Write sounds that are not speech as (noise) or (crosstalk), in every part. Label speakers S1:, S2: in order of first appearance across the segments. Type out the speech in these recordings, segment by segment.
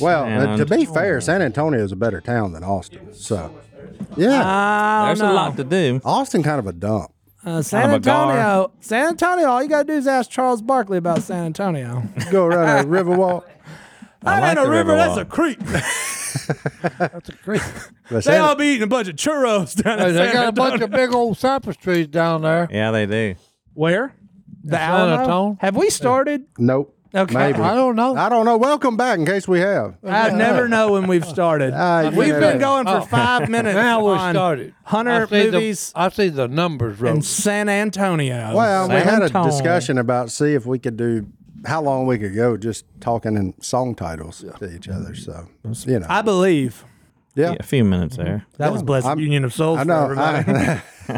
S1: Well, uh, to
S2: San
S1: be fair,
S2: Antonio.
S1: San Antonio is a better town than Austin. So, yeah,
S3: I
S2: Oh, There's
S3: don't know.
S2: a lot to do.
S1: Austin kind of a dump.
S3: Uh, San
S2: I'm a gar.
S3: Antonio. San Antonio. All you gotta do is ask Charles Barkley about San Antonio.
S1: Go around a river walk.
S3: that
S2: like
S3: ain't a
S2: the
S3: river. That's a
S2: Riverwalk.
S3: creek.
S4: Great.
S1: But
S3: they
S1: San-
S3: all be eating a bunch of churros down
S4: Hey,
S3: in
S4: they
S3: San
S4: got a
S3: Antonio.
S4: bunch of big old cypress trees down there.
S2: Yeah, they do.
S3: Where? The
S4: San
S3: Alamo?
S4: Antonio?
S3: Have we started?
S1: nope.
S3: Okay.
S1: Maybe.
S4: I don't know.
S1: I don't know. Welcome back in case we have.
S3: I never know when we've started.
S1: Uh, you
S3: we've
S1: know.
S3: been going for
S4: Oh.
S3: five minutes.
S4: now we
S3: on
S4: started.
S3: Hunter
S4: I see the- Oh.
S3: movies
S4: I see the numbers,
S3: in
S4: Rose.
S3: San Antonio.
S1: Well, we
S2: San
S1: had a
S2: Antonio.
S1: discussion about see if we could do how long we could go just talking in song titles to each other. So you know,
S3: I believe
S1: yeah,
S2: Yeah, a few minutes there.
S3: that was blessed
S1: I'm-
S3: union of souls.
S1: I
S3: For
S1: know.
S3: everybody.
S1: I,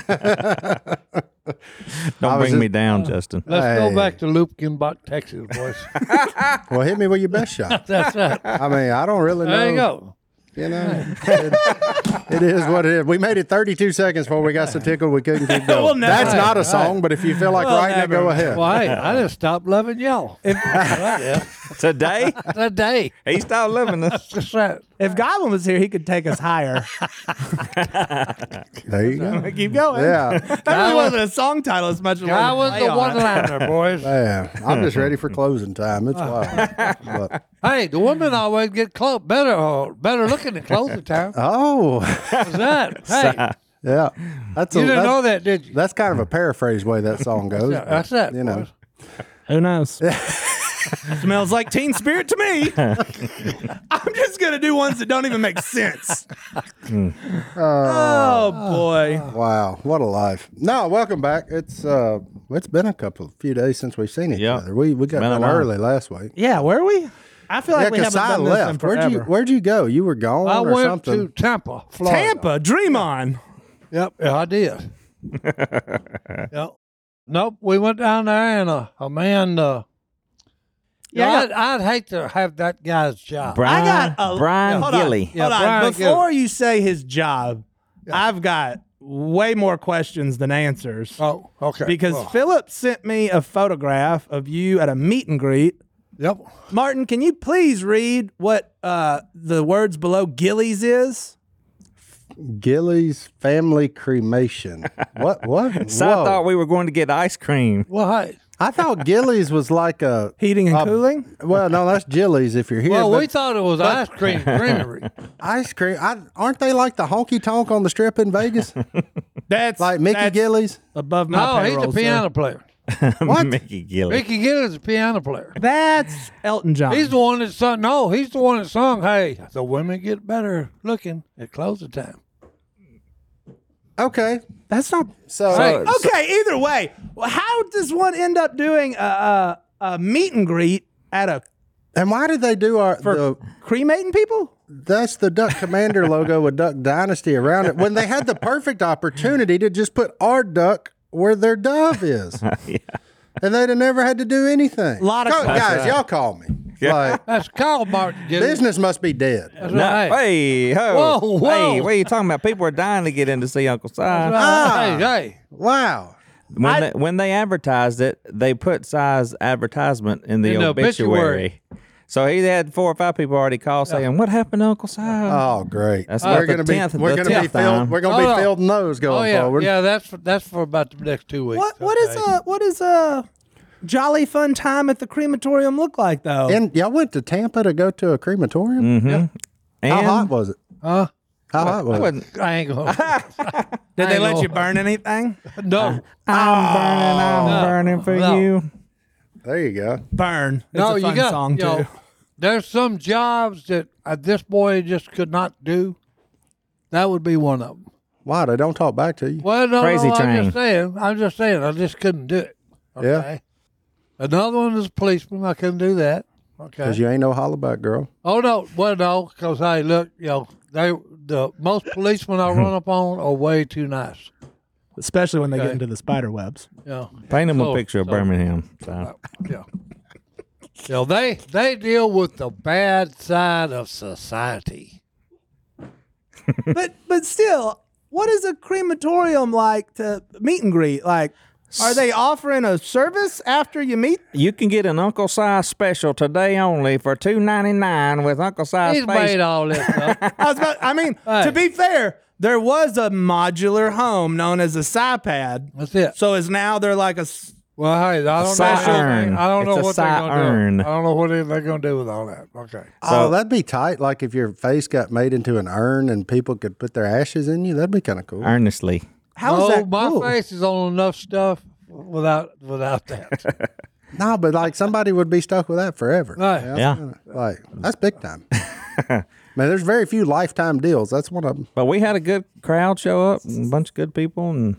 S1: I
S2: Don't
S1: was
S2: bring
S1: just-
S2: me down, Justin. (laughs)
S4: Let's
S1: Hey.
S4: go back to Lupkinbach, Texas, boys.
S1: (laughs) well, hit me with your best shot.
S4: That's right.
S1: I mean, I don't really know.
S4: There you go.
S1: You know, (laughs) it- it is what it is. We made it 32 seconds before we got so tickled we couldn't
S3: (laughs)
S1: keep going.
S3: We'll never-
S1: That's not a song, but if you feel like
S3: We'll
S1: writing it,
S3: never-
S1: go ahead.
S4: Well, hey, I just stopped loving y'all (laughs)
S2: Today,
S4: today.
S2: he stopped loving us.
S4: That's right.
S3: If Goblin was here, he could take us higher.
S1: There you go.
S3: Keep going.
S1: Yeah.
S3: That really wasn't a song title as much as
S4: I was
S3: play
S4: the
S3: on
S4: one
S3: it.
S4: liner, boys.
S1: Yeah. I'm just ready for closing time. It's wild. But-
S4: Hey, the women always get close, better, uh, better looking at closing time.
S1: oh,
S4: That's that? Hey,
S1: yeah. That's a,
S4: you didn't
S1: that's,
S4: know that, did you?
S1: that's kind of a paraphrase way that song goes.
S4: Yeah, that's
S1: but,
S4: that.
S1: You know,
S4: boys.
S3: Who knows? Smells like Teen Spirit to me. (laughs) I'm just gonna do ones that don't even make sense. (laughs) oh boy.
S1: wow, what a life! No, welcome back. It's uh, it's been a couple, few days since we've seen each
S2: Yeah.
S1: other. We we got
S2: Been a
S1: done
S2: while.
S1: early last week.
S3: Yeah, where are we? I feel like
S1: Yeah,
S3: we haven't
S1: because I
S3: done this in
S1: left. Where'd you
S3: forever.
S1: Where'd you go? You were gone
S4: I
S1: or
S4: went
S1: something?
S4: to Tampa, Florida.
S3: Tampa, dream on.
S4: Yep, yeah, I did. yep. Nope, we went down there and uh, a man. Uh,
S3: Yeah,
S4: yeah,
S3: I got-
S4: I'd, I'd hate to have that guy's job.
S2: Brian,
S3: I got a,
S2: Brian
S3: hold On,
S2: Gilly.
S4: Yeah,
S3: hold on.
S4: Brian
S3: Before you say his job, I've got way more questions than answers.
S4: Oh, okay.
S3: because
S4: Well,
S3: Philip sent me a photograph of you at a meet and greet.
S4: yep,
S3: Martin, can you please read what uh, the words below Gillies is?
S1: Gilly's family
S2: (laughs)
S1: cremation. What? What?
S2: So
S1: Whoa.
S2: I thought we were going to get ice cream.
S4: well, hey,
S1: I thought Gilly's was like a.
S3: Heating and cooling?
S1: Well, no, that's Jilly's if you're here.
S4: well,
S1: but
S4: we thought it was ice cream creamery.
S1: ice cream. I, aren't they like the honky tonk on the strip in
S3: (laughs)
S1: Vegas?
S3: That's
S1: Like Mickey
S3: that's
S1: Gilly's?
S3: Above my
S4: no, he's
S3: payroll,
S4: a
S3: sir.
S4: piano player.
S1: What?
S2: (laughs) Mickey Gilly.
S4: Mickey Gill is a piano player.
S3: That's Elton John.
S4: He's the one that sung. No, he's the one that sung. Hey, the women get better looking at closing time.
S1: Okay.
S3: that's not.
S1: So,
S4: Hey,
S3: Okay, either way, well, how does one end up doing a, a, a meet and greet at a
S1: and why did they do our. the,
S3: cremating people?
S1: that's the Duck Commander logo with Duck Dynasty around it when they had the perfect opportunity to just put our duck where their dove is. And they'd have never had to do anything.
S3: Lot of-
S1: Go- guys, y'all call me. Like,
S4: that's Kyle Martin. Gill.
S1: business must be dead.
S4: That's
S2: No,
S4: right.
S2: hey, ho.
S4: Whoa, whoa.
S2: Hey, what are you talking about? People are dying to get in to see Uncle Si.
S4: Right. Ah. Hey, hey.
S1: Wow.
S2: When, they, when they advertised it, they put Si's advertisement in the
S4: In the
S2: obituary. So he had four or five people already call saying, "What happened, to Uncle Si?"
S1: Oh, great.
S2: That's
S1: we're
S2: not the
S1: gonna be
S2: 10th,
S1: we're
S2: the
S1: gonna be
S2: 10th
S1: filled
S2: time.
S1: we're gonna
S4: Oh,
S1: be
S4: no.
S1: filled nose
S4: Oh
S1: going
S4: yeah,
S1: forward.
S4: yeah. That's for, that's for about the next two weeks.
S3: What what is uh,
S4: okay.
S3: a what is a jolly fun time at the crematorium look like though?
S1: And y'all went to Tampa to go to a crematorium?
S2: Mm-hmm. and
S1: How hot was it?
S4: Huh?
S1: How hot
S2: I
S1: was it?
S2: wasn't.
S4: I ain't gonna.
S3: Did they
S4: I
S3: let
S4: know.
S3: you burn anything?
S4: no,
S2: I'm burning, I'm burning for
S4: Oh. no.
S2: you.
S1: There you go.
S3: Burn. It's
S4: no.
S3: a fun
S4: you got
S3: song
S4: you know,
S3: too.
S4: There's some jobs that uh, this boy just could not do. That would be one of them.
S1: Why they don't talk back to you?
S4: Well, no,
S2: Crazy
S4: no, I'm
S2: train.
S4: just saying. I'm just saying. I just couldn't do it.
S1: Yeah.
S4: Okay. Another one is policeman. I couldn't do that. Okay.
S1: Because you ain't no hollaback girl.
S4: Oh no, well no, because hey, look, you know, they the most policemen I run up on are way too nice.
S3: Especially when they
S4: Okay.
S3: get into the spider webs.
S4: You know,
S2: Paint him a
S4: So-
S2: picture of
S4: so-
S2: Birmingham. Si.
S4: yeah. You know, they they deal with the bad side of society.
S3: but but still, what is a crematorium like to meet and greet? Like Are they offering a service after you meet?
S2: You can get an Uncle Size special today only for two ninety nine with Uncle Size
S4: He's made
S2: face.
S4: all this up.
S2: (laughs)
S3: I, was about, I mean,
S4: (laughs)
S3: to
S4: Hey.
S3: be fair, there was a modular home known as a SciPad.
S4: That's it.
S3: So is now they're like a. s-
S4: Well, hey, I don't know.
S2: Sci- earn.
S4: I don't know
S2: It's a
S4: what they're
S2: sci-
S4: gonna
S2: earn.
S4: do. I don't know what they're gonna do with all that. Okay.
S1: oh, that'd be tight. Like if your face got made into an urn and people could put their ashes in you, that'd be kind of cool.
S2: Earnestly.
S3: How is
S4: no,
S3: that
S4: Oh, my
S3: cool?
S4: face is on enough stuff without without that.
S2: (laughs)
S1: No, but like somebody would be stuck with that forever.
S4: Right.
S1: that's
S2: Yeah.
S1: kinda- like that's big
S2: (laughs)
S1: time. Man, there's very few lifetime deals. That's one of them.
S2: But we had a good crowd show up, and a bunch of good people, and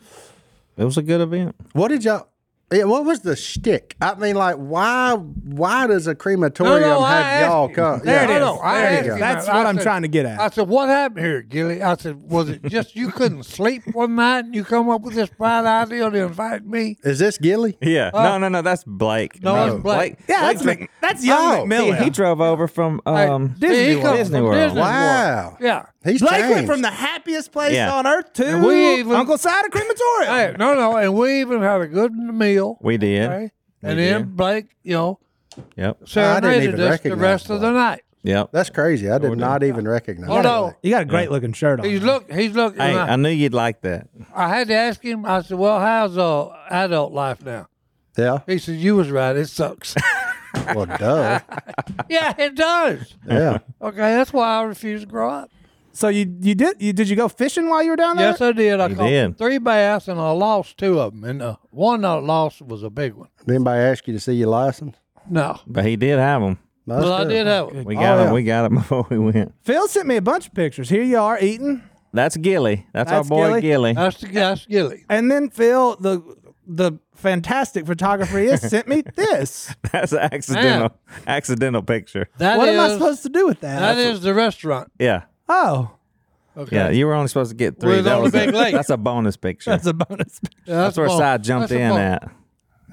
S2: it was a good event.
S1: What did y'all? Yeah, what was the shtick? I mean, like, why? Why does a crematorium
S4: No, no, I
S1: have y'all
S4: asked you.
S1: come?
S4: There
S1: yeah.
S4: it is. No, no, I
S3: There you
S4: asked
S3: go.
S4: him
S3: That's
S4: that.
S3: what
S4: I
S3: I'm
S4: said-
S3: trying to get at.
S4: I said, "What happened here, Gilly?" I said, "Was it just you couldn't sleep one night and you come up with this bright idea to invite me?"
S1: Is this Gilly?
S2: Yeah. no, no, no. That's Blake.
S4: No, it's Blake.
S3: yeah, that's,
S2: Blake's-
S3: Mc- that's young
S1: Oh,
S3: McMillan.
S2: He drove over from
S4: Hey,
S2: um,
S4: see, he come
S2: Disney
S4: from
S2: World.
S4: Disney
S1: Wow.
S4: Yeah.
S1: He's
S3: Blake went
S1: changed.
S3: from the happiest place
S2: Yeah.
S3: on earth to
S4: And we even-
S3: Uncle Side of Crematorium.
S4: Hey, no, no, and we even had a good meal.
S2: We did.
S4: okay?
S2: We
S4: and then
S2: did.
S4: Blake, you know,
S2: Yep.
S1: even
S4: serenaded us the
S1: recognize
S4: rest of the night.
S2: Yep.
S1: That's crazy. I did not even recognize.
S4: Oh
S1: that.
S4: no,
S3: You got a great looking shirt on.
S4: he's look, he's look.
S2: Hey,
S4: and I,
S2: I knew you'd like that.
S4: I had to ask him. I said, "Well, how's uh, adult life now?"
S1: Yeah.
S4: He said, "You was right. It sucks." (laughs)
S1: Well, duh.
S4: yeah, it does.
S1: Yeah.
S4: Okay, that's why I refuse to grow up.
S3: So you you did you did you go fishing while you were down there?
S4: Yes, I did. I
S2: You
S4: caught
S2: did.
S4: three bass and I lost two of them. And uh, one I lost was a big one.
S1: Did anybody ask you to see your license?
S4: No,
S2: But he did have them.
S1: That's
S4: but I
S1: good.
S4: did have one.
S2: We got
S1: Oh,
S2: him.
S1: yeah.
S2: We got him (laughs) before we went.
S3: Phil sent me a bunch of pictures. Here you are eating,
S2: That's Gilly. That's, our
S3: That's
S2: boy Gilly.
S4: That's Uh, the that's Gilly.
S3: and then Phil the the fantastic photographer he is sent me this.
S2: (laughs) That's an accidental accidental picture.
S4: That
S3: what am I
S4: is-
S3: supposed to do with that?
S4: That is the restaurant.
S2: Yeah.
S3: oh,
S4: Okay,
S2: Yeah. You were only supposed to get three.
S4: With all the
S2: was a-
S4: big legs.
S2: that's a bonus picture.
S3: that's a bonus. (laughs)
S4: Yeah,
S2: That's where
S4: a bump.
S2: Sai jumped
S4: That's a
S2: in
S4: bump.
S2: at.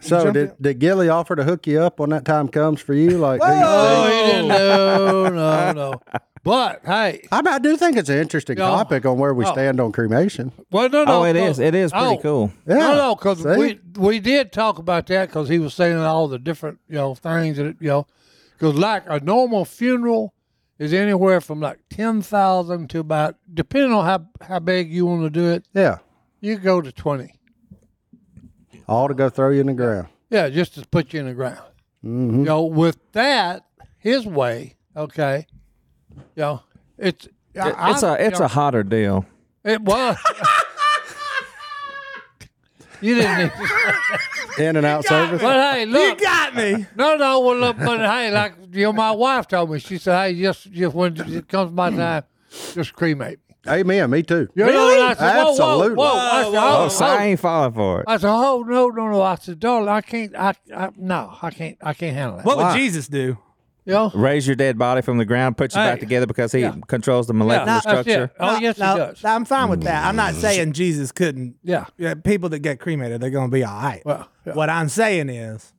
S1: So did, did Gilly offer to hook you up when that time comes for you? Like, do you-
S3: Whoa.
S4: Oh, he didn't. No, no, no. But hey,
S1: I, mean, I do think it's an interesting
S4: Yeah.
S1: topic on where we
S4: Oh.
S1: stand on cremation.
S4: well, no, no.
S2: Oh, it
S4: no.
S2: is. It is pretty
S4: Oh,
S2: cool.
S1: Yeah.
S4: No, no, because
S1: See?
S4: we we did talk about that because he was saying all the different you know things that you know because like a normal funeral is anywhere from like ten thousand to about depending on how how big you want to do it,
S1: Yeah.
S4: you go to twenty.
S1: All to go throw you in the ground.
S4: Yeah, just to put you in the ground.
S2: Mm-hmm.
S4: You know, with that his way, okay. You know, it's I-
S2: It's a it's
S4: you know,
S2: a hotter deal.
S4: It was. you didn't. Need
S2: (laughs)
S4: to.
S1: In and out service.
S4: But hey,
S3: You
S4: look.
S3: got me.
S4: No, no. Well, look, but hey, like you know, my wife told me. She said, "Hey, just just when it comes my time, just cremate." me."
S1: Amen. Me too.
S4: You know, and I said, whoa,
S1: Absolutely.
S4: Whoa, whoa. I said,
S3: Whoa,
S2: Oh,
S4: oh,
S2: so
S4: oh.
S2: I ain't falling for it.
S4: I said, "Oh no, no, no!" I said, "Darling, I can't. I, I no, I can't. I can't handle that."
S3: What
S1: Why?
S3: would Jesus do?
S4: You know?
S2: Raise your dead body from the ground, put you
S4: Hey.
S2: back together because he controls the molecular
S4: Yeah, that's it.
S2: structure.
S4: Oh,
S3: No,
S4: yes, he
S3: no,
S4: does.
S3: I'm fine with that. I'm not saying Jesus couldn't.
S4: Yeah.
S3: yeah, people that get cremated, they're gonna be all right.
S4: Well, yeah.
S3: What I'm saying is,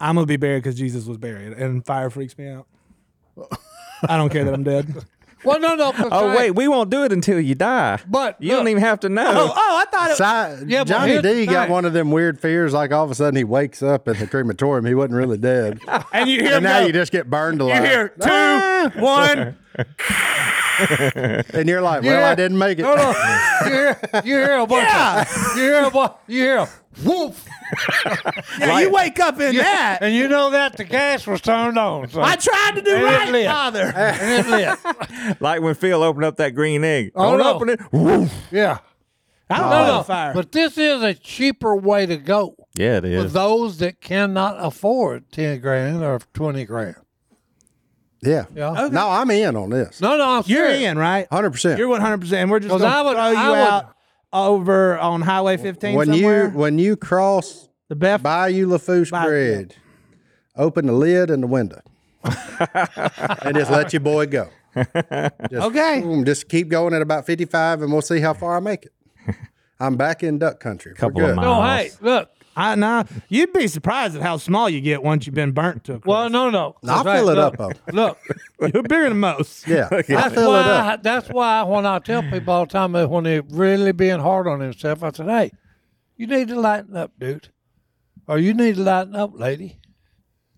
S3: I'm gonna be buried because Jesus was buried, and fire freaks me out. I don't care that I'm dead.
S4: Well, no, no. 'cause
S2: Oh
S4: I-
S2: wait, we won't do it until you die.
S4: But,
S2: you
S4: look.
S2: don't even have to
S3: Oh, oh,
S2: know.
S3: I thought it.
S1: Si-
S4: Yeah, but
S1: Johnny
S4: here's
S1: D
S4: the
S1: got
S4: thing.
S1: one of them weird fears. Like all of a sudden he wakes up in the crematorium. He wasn't really
S4: (laughs)
S1: dead.
S3: and you hear
S1: and now
S3: me.
S1: you just get burned alive.
S3: You hear two, one.
S1: And you're like, well,
S4: Yeah.
S1: I didn't make it.
S4: No, no. you hear, you hear a bunch. Of, you hear a bunch. You hear a woof.
S3: Yeah, you wake up in that.
S4: (laughs) And you know that the gas was turned on. So.
S3: I tried to do
S4: And it
S3: right,
S4: lit.
S3: Father.
S4: And it
S3: (laughs)
S4: lit.
S2: Like when Phil opened up that green egg.
S4: Oh,
S2: don't
S4: no.
S2: open it. Woof.
S4: Yeah.
S3: I don't know fire.
S4: But this is a cheaper way to go
S2: Yeah, it
S4: for
S2: is.
S4: those that cannot afford 10 grand or 20 grand.
S1: Yeah.
S4: Yeah.
S1: No, I'm in on this.
S4: No, no, I'm
S3: Oh. you're
S4: serious.
S3: in, right?
S1: 100%.
S3: You're 100. percent We're just
S4: Oh, 'Cause
S3: gonna
S4: I would-
S3: throw you
S4: I would-
S3: out over on Highway 15
S1: when
S3: somewhere.
S1: you when you cross
S3: the Beth.
S1: Bayou Lafouche
S3: Bayou.
S1: Bridge, open the lid and the
S4: (laughs)
S1: window, and just let your boy go. Just,
S3: Okay.
S1: boom, just keep going at about fifty-five, and we'll see how far I make it. I'm back in duck country. We're
S2: Couple of
S1: good.
S2: miles.
S4: No, hey, look.
S3: I know. You'd be surprised at how small you get once you've been burnt to a (laughs)
S4: Well, no, no.
S1: I'll
S4: That's
S1: fill it up,
S4: look,
S1: though.
S4: Look,
S3: You're bigger than
S2: (laughs)
S3: most.
S1: Yeah, I
S4: that's
S1: fill
S4: why,
S1: it up.
S4: I, that's why when I tell people all the time that when they're really being hard on themselves, I said, hey, you need to lighten up, dude, or you need to lighten up, lady.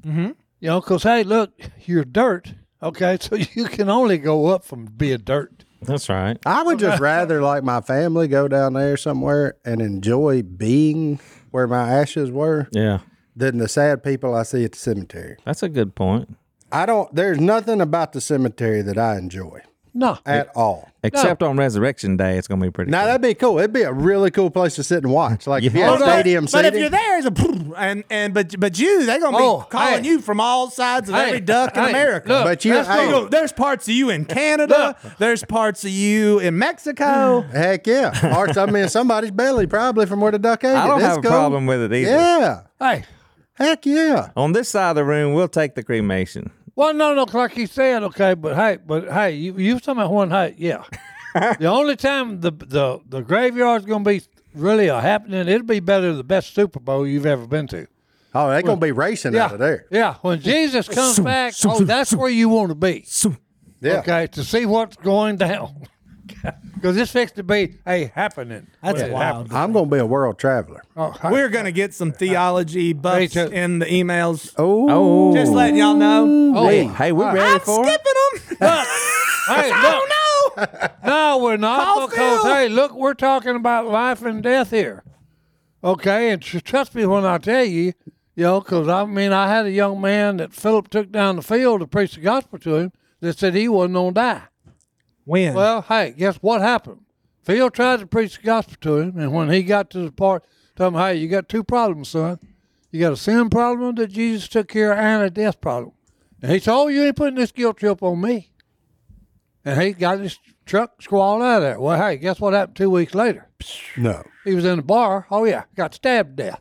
S1: Mm-hmm.
S3: Mhm.
S4: You know, because hey, look, you're dirt. Okay, so (laughs) you can only go up from being dirt.
S2: That's right.
S1: I would
S4: (laughs)
S1: just rather, like my family, go down there somewhere and enjoy being where my ashes were
S2: Yeah.
S1: than the sad people I see at the cemetery.
S2: That's a good point.
S1: I don't. There's nothing about the cemetery that I enjoy
S4: No,
S1: at all.
S2: Except on Resurrection Day, it's going to be pretty.
S1: Now
S2: cool.
S1: that'd be cool. It'd be a really cool place to sit and watch. Like if you
S2: Yeah.
S1: had
S2: Hold on.
S1: stadium
S3: but if
S1: seating.
S3: you're there, it's a and and but but you they gonna be
S4: Oh,
S3: calling
S4: hey.
S3: you from all sides of
S4: Hey,
S3: every duck in
S4: hey,
S3: America.
S4: look,
S1: But you-
S4: that's
S1: hey.
S3: They go,
S4: what-
S3: there's parts of you in Canada. There's parts of you in Mexico.
S4: (sighs)
S1: Heck yeah, or some in somebody's belly probably from where the duck ate
S2: I don't
S1: it. That's
S2: have a
S1: cool.
S2: problem with it either.
S1: Yeah,
S4: hey,
S1: heck yeah.
S2: On this side of the room, we'll take the cremation.
S4: well, no, no, like he said, okay, but hey, but hey, you you was talking about one hey,
S2: (laughs)
S4: yeah. the only time the the the graveyard's gonna be really a happening, it'll be better than the best Super Bowl you've ever been to.
S1: Oh, they're gonna be racing out of there.
S4: Yeah, when
S3: (laughs)
S4: Jesus comes back, oh, that's where you want to be.
S1: Yeah.
S4: Okay, to see what's going down. (laughs) Because it's fixed to be a happening.
S3: That's
S4: When it
S3: wild.
S1: I'm gonna be a world traveler.
S4: happens. Oh,
S3: We're gonna get some theology buffs
S4: too.
S3: in the emails.
S1: Oh,
S3: Just letting y'all know.
S4: oh,
S2: Hey, hey, we're ready
S3: I'm
S2: for it.
S3: skipping them.
S4: Hey, look,
S3: I don't know.
S4: (laughs) no, we're not.
S3: Call
S4: Because,
S3: Phil.
S4: hey, look, we're talking about life and death here. Okay, and tr- trust me when I tell you, you know, because I mean, I had a young man that Philip took down the field to preach the gospel to him that said he wasn't going to die.
S3: When?
S4: Well, hey, guess what happened? Phil tried to preach the gospel to him, and when he got to the part, told him, hey, you got two problems, son. You got a sin problem that Jesus took care of and a death problem. And he said, oh, you ain't putting this guilt trip on me. And he got his truck squalled out of there. Well, hey, guess what happened two weeks later?
S1: no.
S4: He was in the bar. Oh, yeah, got stabbed to death.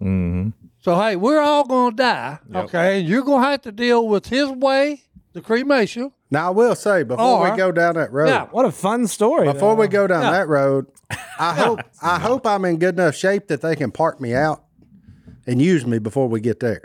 S1: Mm-hmm.
S4: So, hey, we're all going to die, okay? And you're going to have to deal with his way, the cremation.
S1: Now I will say before
S4: Or-
S1: we go down that road,
S4: Yeah,
S3: what a fun story.
S1: before we go down that road, I hope I hope I'm in good enough shape that they can park me out and use me before we get there.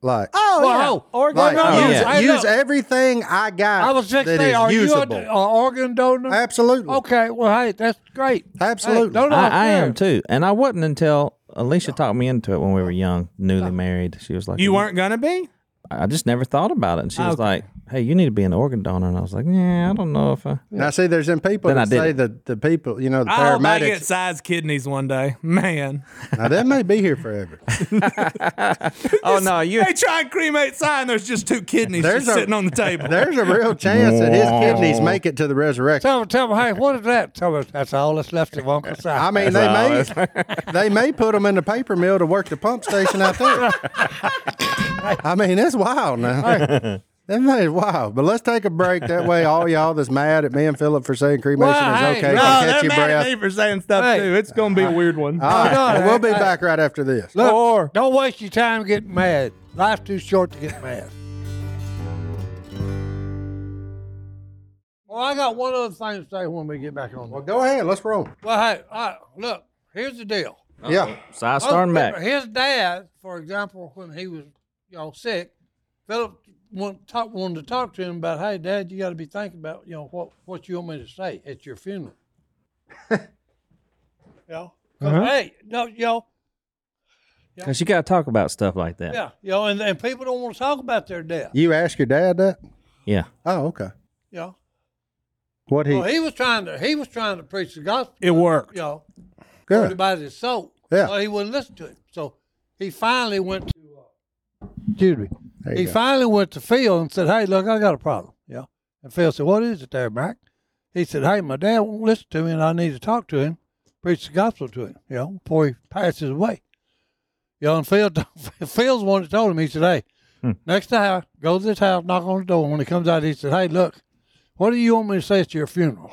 S1: Like,
S3: Oh,
S4: Well,
S3: yeah.
S4: oh,
S3: Oregon
S1: like
S3: Road.
S1: use,
S4: yeah. Hey,
S1: use
S4: look.
S1: everything I got.
S4: I was just
S1: that
S4: saying,
S1: is
S4: are
S1: usable.
S4: you an organ donor?
S1: Absolutely.
S4: Okay, well, hey, that's great.
S1: Absolutely.
S4: Hey, don't
S2: I, I
S4: care.
S2: am too. And I wasn't until Alicia talked me into it when we were young, newly
S4: Oh.
S2: married. She was like,
S3: You weren't gonna be?
S2: I just never thought about it. And she was
S3: Okay.
S2: like, hey, you need to be an organ donor. And I was like, yeah, I don't know if
S4: (laughs)
S2: I.
S1: Now see, there's them people
S2: Then I
S1: that
S2: did
S1: say
S2: it.
S1: that the people, you know, the
S3: I hope I Oh, get
S1: paramedics.
S3: size kidneys one day.
S4: (laughs)
S3: Man.
S1: now that may be here forever.
S2: Oh, no, you.
S3: They try and cremate sign, there's just two kidneys
S1: There's
S3: just
S1: a-
S3: sitting on
S1: (laughs)
S3: the table.
S1: There's a real chance that his kidneys make it to the resurrection.
S4: Tell me, tell me, hey, what is that? Tell me, that's all that's left of Uncle
S1: (laughs)
S4: Si.
S1: I mean, they may (laughs) they may put them in the paper mill to work the pump station out there. I mean, it's wild now. That is wild. But let's take a break. That way, all y'all that's mad at me and Philip for saying cremation
S4: Well, hey,
S1: is okay. can
S4: no,
S3: no,
S1: catch
S3: Oh,
S1: Ah.
S3: they're
S1: your
S3: mad at
S1: breath.
S3: me for saying stuff
S4: Hey.
S3: too. It's gonna be a weird one.
S1: All right,
S4: No,
S1: and we'll be
S4: hey,
S1: back right after this.
S4: (laughs) Look,
S3: Or-
S4: don't waste your time getting mad. Life's too short to get mad. Well, I got one other thing to say when we get back
S1: Well,
S4: on. Well,
S1: go ahead. Let's roll.
S4: well hey, all right, look, here's the deal.
S1: Yeah.
S2: So I started
S4: Most people-
S2: back.
S4: Oh, His dad, for example, when he was you know sick, Philip want, talk, wanted to talk to him about, hey, Dad, you got to be thinking about you know what what you want me to say at your funeral. you know, 'Cause, hey, no, you know,
S2: Because you got to talk about stuff like that.
S4: yeah, you know, and, and people don't want to talk about their death.
S1: You ask your dad that?
S4: (laughs)
S2: Yeah.
S1: Oh, okay.
S4: You know,
S1: What he?
S4: well, he was trying to he was trying to preach the gospel.
S3: It worked.
S4: You know,
S1: good.
S4: everybody's soul.
S1: Yeah.
S4: Well, he wouldn't listen to him, so he finally went to. Uh, excuse me.
S1: There
S4: He
S1: you go.
S4: finally went to Phil and said, "Hey, look, I got a problem." Yeah. And Phil said, "What is it, there, Mike?" He said, "Hey, my dad won't listen to me, and I need to talk to him, preach the gospel to him, you know, before he passes away." You know, and Phil, (laughs) Phil's the one that told him. He said, "Hey,
S1: Hmm.
S4: next time, go to this house, knock on the door. When he comes out, he said, "Hey, look, what do you want me to say at your
S1: (laughs)
S4: funeral?"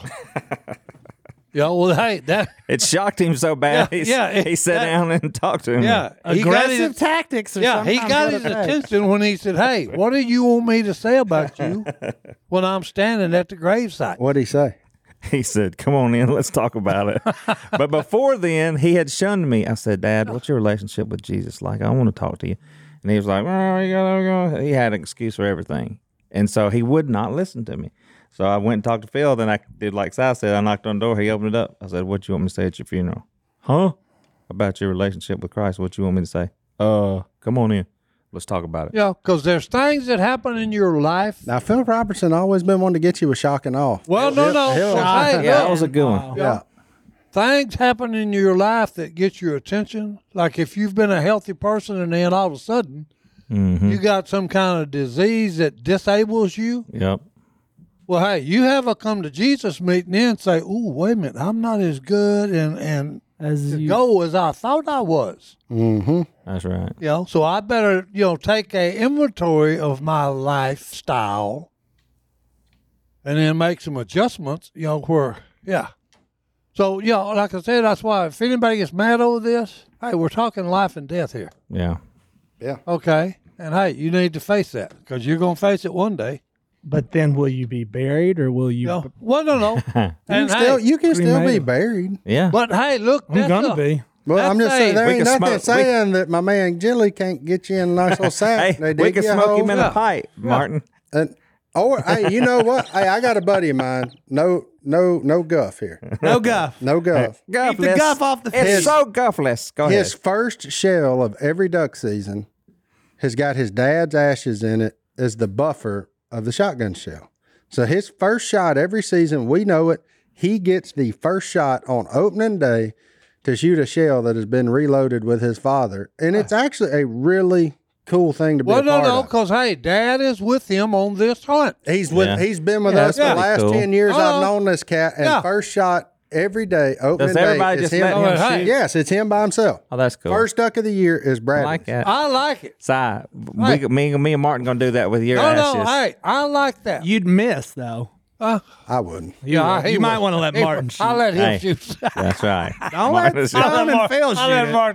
S4: you know, well, hey, that
S2: It shocked him so bad. (laughs)
S4: Yeah,
S2: he, s-
S4: yeah, it-
S2: he sat
S4: that-
S2: down and (laughs) talked to him.
S4: yeah, he got his-
S3: Aggressive tactics or
S4: Yeah, he
S3: sometimes
S4: got
S3: what
S4: his
S3: it takes.
S4: attention when he said, "Hey, what do you want me to say about
S2: (laughs)
S4: you when I'm standing at the gravesite?"
S1: What'd he say?
S2: (laughs) He said, Come on in, let's talk about (laughs) it. but before then, he had shunned me. I said, Dad, what's your relationship with Jesus like? I want to talk to you. And he was like, "Well, you gotta go." He had an excuse for everything. And so he would not listen to me. So I went and talked to Phil. Then I did like Si said, I knocked on the door. He opened it up. I said, What you want me to say at your funeral? Huh? about your relationship with Christ, what you want me to say? Uh, come on in. Let's talk about it.
S4: Yeah, because there's things that happen in your life.
S1: Now, Phil Robertson always been wanting to get you with shock and awe.
S4: Well, no, no.
S1: hell,
S4: well, hey,
S2: Yeah, that
S4: look,
S2: was a good one.
S1: Yeah.
S4: things happen in your life that get your attention. Like if you've been a healthy person and then all of a sudden
S2: Mm-hmm.
S4: you got some kind of disease that disables you.
S2: Yep.
S4: Well, hey, you have a come to Jesus meeting then and say, "Ooh, wait a minute, I'm not as good and and
S3: As you,
S4: go as I thought I was."
S2: That's right.
S4: You know, so I better you know take a inventory of my lifestyle, and then make some adjustments. You know where, yeah. So yeah, like I said, that's why if anybody gets mad over this, hey, we're talking life and death here.
S2: Yeah.
S4: Okay, and hey, you need to face that because you're gonna face it one day.
S3: but then will you be buried or will you? (laughs)
S4: You know, well, no, no, and
S1: Still,
S4: hey,
S1: you can still be
S3: cremated.
S1: buried.
S2: Yeah.
S4: but hey, look,
S3: I'm
S4: that's
S3: gonna
S4: a- (laughs)
S3: be.
S1: Well, I'm
S4: That's
S1: just saying
S4: a-
S1: there
S2: We
S1: ain't
S2: can
S1: nothing
S2: smoke- we-
S1: saying that my man Jilly can't get you in a nice little sack.
S2: hey,
S1: They
S2: we
S1: dig
S2: can
S1: you a
S2: smoke
S1: hole.
S2: him in
S4: Yeah.
S2: a pipe, Martin.
S1: And, or hey, you know what? Hey, I got a buddy of mine. No, no, no guff here.
S3: No guff.
S1: No guff.
S2: Guffless.
S3: Keep the guff off the
S2: It's
S3: fish.
S2: so guffless. Go ahead.
S1: His first shell of every duck season has got his dad's ashes in it as the buffer of the shotgun shell. So his first shot every season, we know it. He gets the first shot on opening day to shoot a shell that has been reloaded with his father, and it's actually a really cool thing to be
S4: Ah. Well,
S1: a
S4: no,
S1: part
S4: no,
S1: of.
S4: because hey, Dad is with him on this hunt.
S1: He's with
S2: Yeah.
S1: he's been with
S4: Yeah,
S1: us
S4: yeah.
S1: the last
S2: Cool.
S1: ten years.
S4: Oh.
S1: I've known this cat, and
S4: Yeah.
S1: first shot every day opening
S2: Does
S1: day.
S2: everybody
S1: is
S2: just let him
S4: Oh, hey.
S2: shoot?
S1: Yes, it's him by himself.
S2: Oh, that's cool.
S1: First duck of the year is
S2: I
S1: Bradley.
S2: like that.
S4: I like it.
S2: Si, we, me, me and Martin gonna do that with your
S4: No,
S2: ashes.
S4: no, hey, I like that.
S3: You'd miss though.
S1: I wouldn't.
S4: yeah, I- Ah, he
S3: you might
S4: would.
S3: want to let
S4: He
S3: Martin
S4: would.
S3: shoot.
S4: I let him
S2: Hey.
S4: shoot. (laughs)
S2: That's right.
S3: (laughs) Don't let-
S2: Martin's-
S3: don't let Martin-
S4: Phil
S3: I'll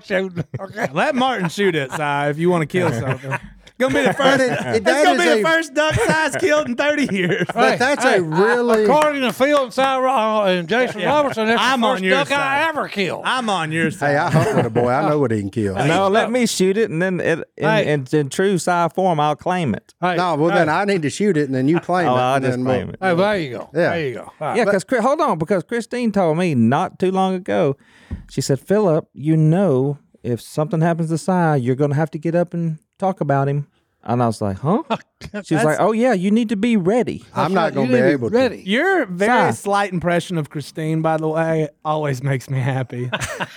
S4: shoot
S3: let
S4: it. (laughs) Okay.
S3: Let Martin shoot it, Si, if you want to kill something. Gonna be the first.
S1: it-
S3: it's
S1: that
S3: gonna be
S1: is
S3: the
S1: a-
S3: first duck size killed in thirty years.
S1: But that's a really
S4: According to Phil and, Cy, Ro- and Jason
S3: Yeah.
S4: Robertson, that's
S3: I'm
S4: the
S3: on
S4: first
S3: your
S4: duck I
S3: side.
S4: ever killed.
S3: I'm on your side.
S1: Hey, I hunt with a boy. I know what he can kill. No,
S2: (laughs) no, let me shoot it, and then it, in,
S3: Hey.
S2: in, in true Si form, I'll claim it.
S4: hey,
S1: well then I need to shoot it and then you claim
S2: Oh,
S1: it.
S2: I'll
S1: and
S2: just
S1: then
S2: claim
S1: we'll-
S2: it.
S4: hey, there you go.
S1: Yeah.
S4: There you go. All right.
S2: Yeah, because hold on, because Christine told me not too long ago, she said, "Philip, you know, if something happens to Si, you're gonna have to get up and talk about him." And I was like, "Huh?"
S3: (laughs)
S2: She's like, "Oh yeah, you need to be ready."
S1: I'm not
S4: You
S1: going to
S4: need
S1: be
S4: to
S1: able to.
S4: ready.
S3: Your very
S2: Si.
S3: slight impression of Christine, by the way, always makes
S2: (laughs)
S3: me happy.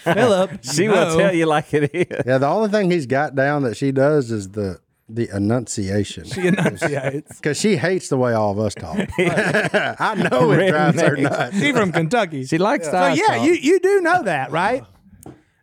S3: Philip,
S2: She
S3: you
S2: will
S3: know,
S2: tell you like it is.
S1: Yeah, the only thing he's got down that she does is the the enunciation.
S3: She enunciates.
S1: Because she hates the way all of us
S2: (laughs)
S1: talk. (laughs) I know it drives her
S2: Redneck.
S1: nuts.
S3: She
S2: (laughs)
S3: from Kentucky.
S2: She likes
S3: so
S2: Si
S3: yeah,
S2: talk.
S3: you you do know that, right?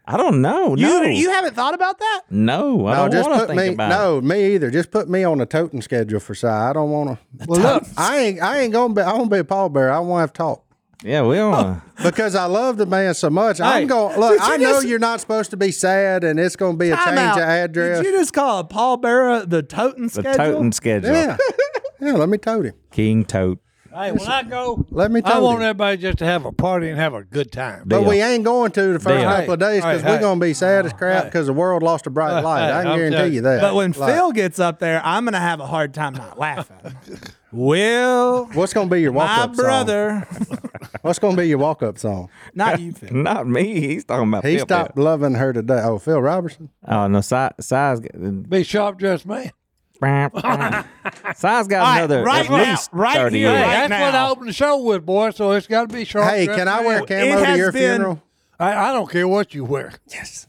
S2: I don't know.
S3: You
S2: no,
S3: you haven't thought about that?
S2: no, I
S1: No,
S2: don't
S1: just
S2: want to
S1: put
S2: think
S1: me.
S2: about it.
S1: No, me either. Just put me on a toting schedule for Si. I don't want to. Well, look, I ain't. I ain't gonna be. I won't be a pallbearer. I won't have to talk
S2: Yeah, we
S1: Oh,
S2: don't. wanna-
S1: because I love the man so much.
S3: Hey,
S1: I'm going. Look,
S3: did you
S1: I know
S3: just-
S1: you're not supposed to be sad, and it's gonna be a
S3: Time
S1: change
S3: out.
S1: of address.
S3: Did you just call a Paul Bearer the toting
S2: The
S3: schedule?
S2: toting schedule.
S1: yeah, (laughs) yeah. Let me tote him.
S2: King tote.
S4: Hey, when I go,
S1: Let me
S4: I
S1: tote
S4: want
S1: him.
S4: everybody just to have a party and have a good time.
S1: But
S2: Deal.
S1: we ain't going to the first
S2: Deal.
S1: couple of days because
S4: Hey, hey,
S1: we're gonna be sad as
S3: Oh,
S1: crap because the world lost a bright light. I
S4: hey, I'm
S1: can
S4: telling
S1: guarantee
S4: you.
S1: you that.
S3: But when
S1: Like,
S3: Phil gets up there, I'm gonna have a hard time not laughing. Will
S1: what's gonna be your walk
S3: my
S1: up
S3: brother?
S1: song? What's gonna be your walk up song?
S3: not you, Phil.
S2: Not me. He's talking about.
S1: He
S2: Phil
S1: stopped loving her today. Oh, Phil Robertson.
S2: Phil. Oh no, Si, Si's
S3: (laughs)
S2: got.
S4: Be sharp dressed man.
S2: Si's got
S3: right,
S2: another
S3: right
S2: at
S3: now,
S2: least
S3: right
S2: thirty
S3: here,
S2: years.
S3: right
S4: That's what
S3: now.
S4: I opened the show with, boy. So it's got to be sharp.
S1: Hey, can I wear
S3: It
S1: camo to
S3: has
S1: your
S3: been-
S1: funeral?
S4: I, I don't care what you wear.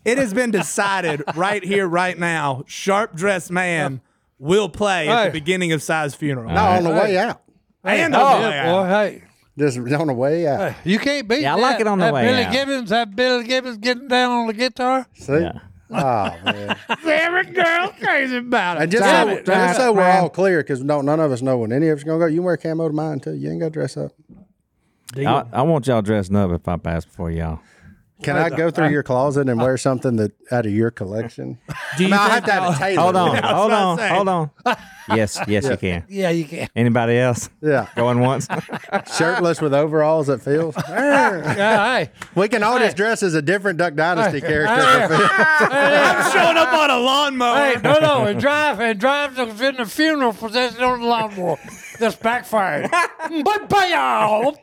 S3: It has been decided right here, right now. Sharp dressed man will play at
S4: Hey.
S3: the beginning of Si's funeral.
S1: No, on the way out.
S3: and
S4: Hey,
S3: oh,
S4: yeah, boy, hey.
S1: Just on the way out.
S4: You can't beat
S2: Yeah, I
S4: that.
S2: like it on the
S4: that
S2: way
S4: Billy
S2: out.
S4: Gibbons, that Billy Gibbons getting down on the guitar.
S1: See?
S2: Yeah.
S1: Oh man.
S3: every girl crazy about
S1: And just
S2: Damn
S1: so,
S2: it, damn
S1: just
S2: it,
S1: so we're
S2: man.
S1: all clear, because no, none of us know when any of us gonna go. You wear camo to mine too. You ain't gotta dress up.
S2: I, I want y'all dressing up if I pass before y'all.
S1: Can I go through your closet and wear something that out of your collection?
S3: Do you
S1: mean, I have
S3: think-
S1: to have it tailored.
S2: Hold on,
S3: (laughs) That's
S2: hold
S3: what I'm
S2: on,
S3: saying.
S2: hold on. (laughs) Yes, yes, you can.
S4: Yeah, you can.
S2: Anybody else
S1: Yeah.
S2: going
S3: (laughs)
S2: once?
S1: Shirtless with overalls at Phil's.
S4: (laughs) Yeah, (laughs) hey.
S1: we can all just dress as a different Duck Dynasty character. for Phil.
S4: Hey,
S3: (laughs) I'm showing up on a lawnmower.
S4: hey, no, no, and drive and drive to fit in the funeral procession on the lawnmower. That's backfired. (laughs) But y'all,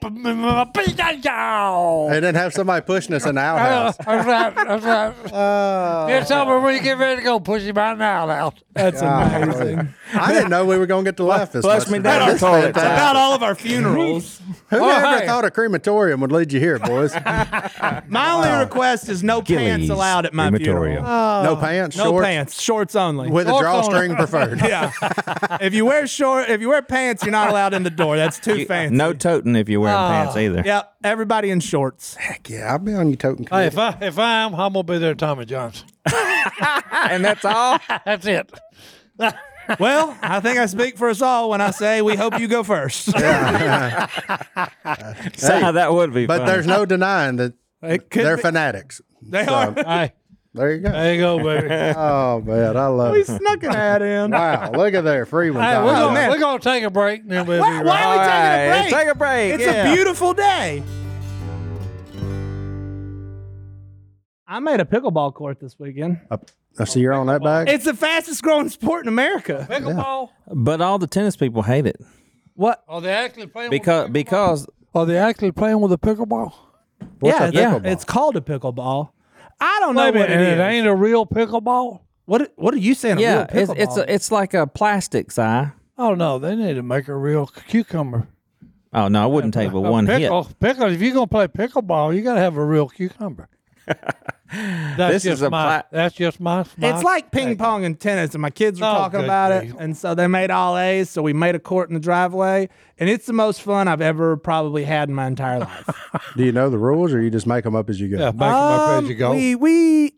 S4: y'all.
S1: and then have somebody pushing us in the
S4: Uh,
S1: outhouse.
S4: That's right. That's right.
S1: Uh,
S4: It's over when you get ready to go. Push him out now. Now.
S3: That's amazing.
S1: I didn't know we were going to get to laugh this
S2: Flush
S1: much
S2: me
S1: today.
S2: down
S1: This
S2: the
S1: is
S2: toilet.
S1: fantastic.
S3: About all of our funerals.
S1: Who
S4: Oh,
S1: ever
S4: hey.
S1: thought a crematorium would lead you here, boys?
S3: My only request is no pants
S2: Gillies
S3: allowed at my
S2: Crematorium.
S3: funeral. Oh,
S1: no pants,
S3: No
S1: shorts,
S3: pants, shorts only.
S1: with a
S4: Shorts
S1: drawstring preferred.
S3: (laughs) yeah. if you wear short, if you wear pants, you're not allowed in the door. That's too
S2: uh,
S3: fancy. Oh.
S2: No toting if you're wearing pants either.
S3: Yep. Everybody in shorts.
S1: Heck Oh, yeah, I'll be on your totem. committee.
S4: Hey, if I if I am, I'm gonna be there, Tommy Johnson.
S2: And that's
S3: (laughs)
S2: all.
S4: (laughs) That's it.
S3: Well, I think I speak for us all when I say we hope you go first.
S2: So that would be.
S1: but
S2: funny.
S1: there's no denying that
S3: It could
S1: they're
S3: be-
S1: fanatics.
S3: They are.
S4: Hey,
S1: There you go.
S4: there you go, baby. (laughs) Hey,
S1: Oh man, I love
S3: We
S1: it.
S3: snuck an ad in.
S1: Wow, look at there, free one.
S4: we're,
S1: Donald.
S4: gonna,
S3: man.
S4: we're gonna take a break. And then we'll
S3: Why-
S4: be
S3: why
S4: right.
S3: are we
S2: All
S3: taking a
S2: right,
S3: break?
S2: Take a break.
S3: It's
S2: yeah.
S3: a beautiful day.
S5: I made a pickleball court this weekend.
S1: Uh, I see you're on that back.
S3: It's the fastest growing sport in America.
S4: Pickleball?
S2: But all the tennis people hate it
S3: What?
S4: Are they actually playing?
S2: because
S4: with
S2: because
S4: a pickleball? are they actually playing with a pickleball?
S1: What's
S5: yeah,
S1: a
S5: yeah.
S1: pickleball?
S5: It's called a pickleball.
S3: I don't know
S4: Wait a
S3: what
S4: minute,
S3: it
S4: and it
S3: is.
S4: ain't a real pickleball.
S3: What What are you saying?
S2: yeah,
S3: a real
S2: it's it's
S3: pickleball?
S2: a, it's like a plastic eye.
S4: Oh no, they need to make a real cucumber.
S2: Oh no, I wouldn't take but one hit.
S4: Pickle, pickle. If you're gonna play pickleball, you gotta have a
S2: (laughs)
S4: real cucumber. That's
S2: This is
S4: just
S2: a
S4: my.
S2: pla-
S4: that's just my. my
S3: It's like ping pong and tennis, and my kids were
S4: Oh,
S3: talking
S4: good
S3: about it,
S4: grief.
S3: and so they made all A's. So we made a court in the driveway, and it's the most fun I've ever probably had in my entire
S4: (laughs)
S3: life.
S1: Do you know the rules, or you just make them up as you
S4: Yeah,
S1: go?
S4: make them up
S3: Um,
S4: as you go.
S3: We we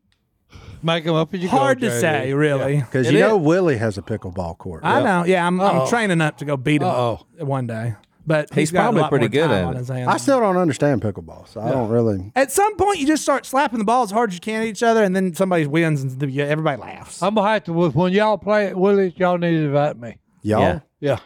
S4: Make them up as you go.
S3: hard to
S4: JD.
S3: say, really.
S1: Because you know Willie has a pickleball court.
S3: I know. Yeah, I'm, I'm training up to go beat him
S4: Uh-oh.
S3: one day, but
S2: He's
S3: got a
S2: probably
S3: lot
S2: pretty
S3: more
S2: good
S3: time
S2: at
S3: on
S2: it.
S3: his hands.
S1: I still don't understand pickleball, so I don't really.
S3: At some point, you just start slapping the ball as hard as you can at each other, and then somebody wins, and the- everybody laughs.
S4: I'm gonna have to. When y'all play it, Willie, y'all need to invite me.
S1: Y'all,
S2: Yeah.
S4: Yeah.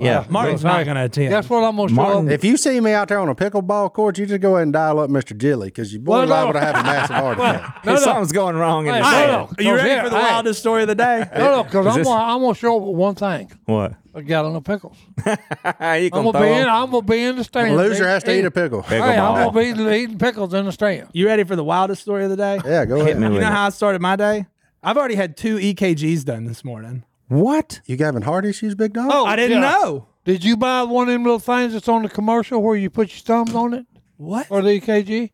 S2: Yeah.
S3: Martin's not going to attend.
S4: That's what I'm gonna show.
S2: Martin-
S4: up.
S1: if you see me out there on a pickleball court, you just go ahead and dial up Mr. Jilly because you boy
S4: Well, no.
S1: liable to have a massive heart attack.
S4: No, no,
S2: Something's going wrong in
S4: Hey,
S2: his
S4: hold
S3: Hey,
S2: head.
S4: on.
S3: are you
S4: No,
S3: ready
S4: here,
S3: for the
S4: hey.
S3: wildest story of the day?
S4: no, no, because
S2: Is
S4: I'm
S2: this-
S4: gonna, I'm gonna show up with one thing:
S2: What? (laughs)
S4: a gallon of pickles.
S2: you
S4: I'm
S2: gonna
S4: gonna
S2: throw
S4: be
S2: him?
S4: in. I'm gonna be in the stand.
S1: Loser has to eat a
S4: pickle.
S1: pickle.
S2: Pickle
S4: Hey, I'm
S2: ball.
S4: gonna be eating pickles in the stand.
S3: You ready for the wildest story of the day?
S1: Yeah, go
S2: Hit
S1: ahead.
S2: me
S1: You,
S2: with
S3: You know
S2: it.
S3: how I started my day? I've already had two EKGs done this morning.
S2: What?
S1: having heart issues, big dog?
S3: I didn't
S4: Oh, yeah.
S3: know.
S4: Did you buy one of them little things that's on the commercial where you put your thumbs on it
S3: What?
S4: or the EKG?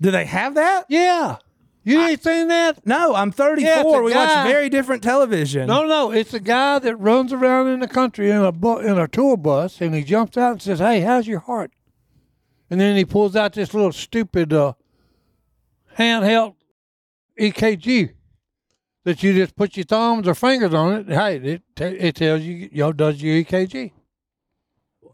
S3: Do they have that?
S4: Yeah. You ain't seen that?
S3: No, I'm 34.
S4: Yeah, it's a
S3: we
S4: guy.
S3: watch very different television.
S4: No, no. It's a guy that runs around in the country in a bu- in a tour bus, and he jumps out and says, "Hey, how's your heart?" And then he pulls out this little stupid uh, handheld EKG that you just put your thumbs or fingers on it. and, Hey, it t- it tells you y'all does your EKG.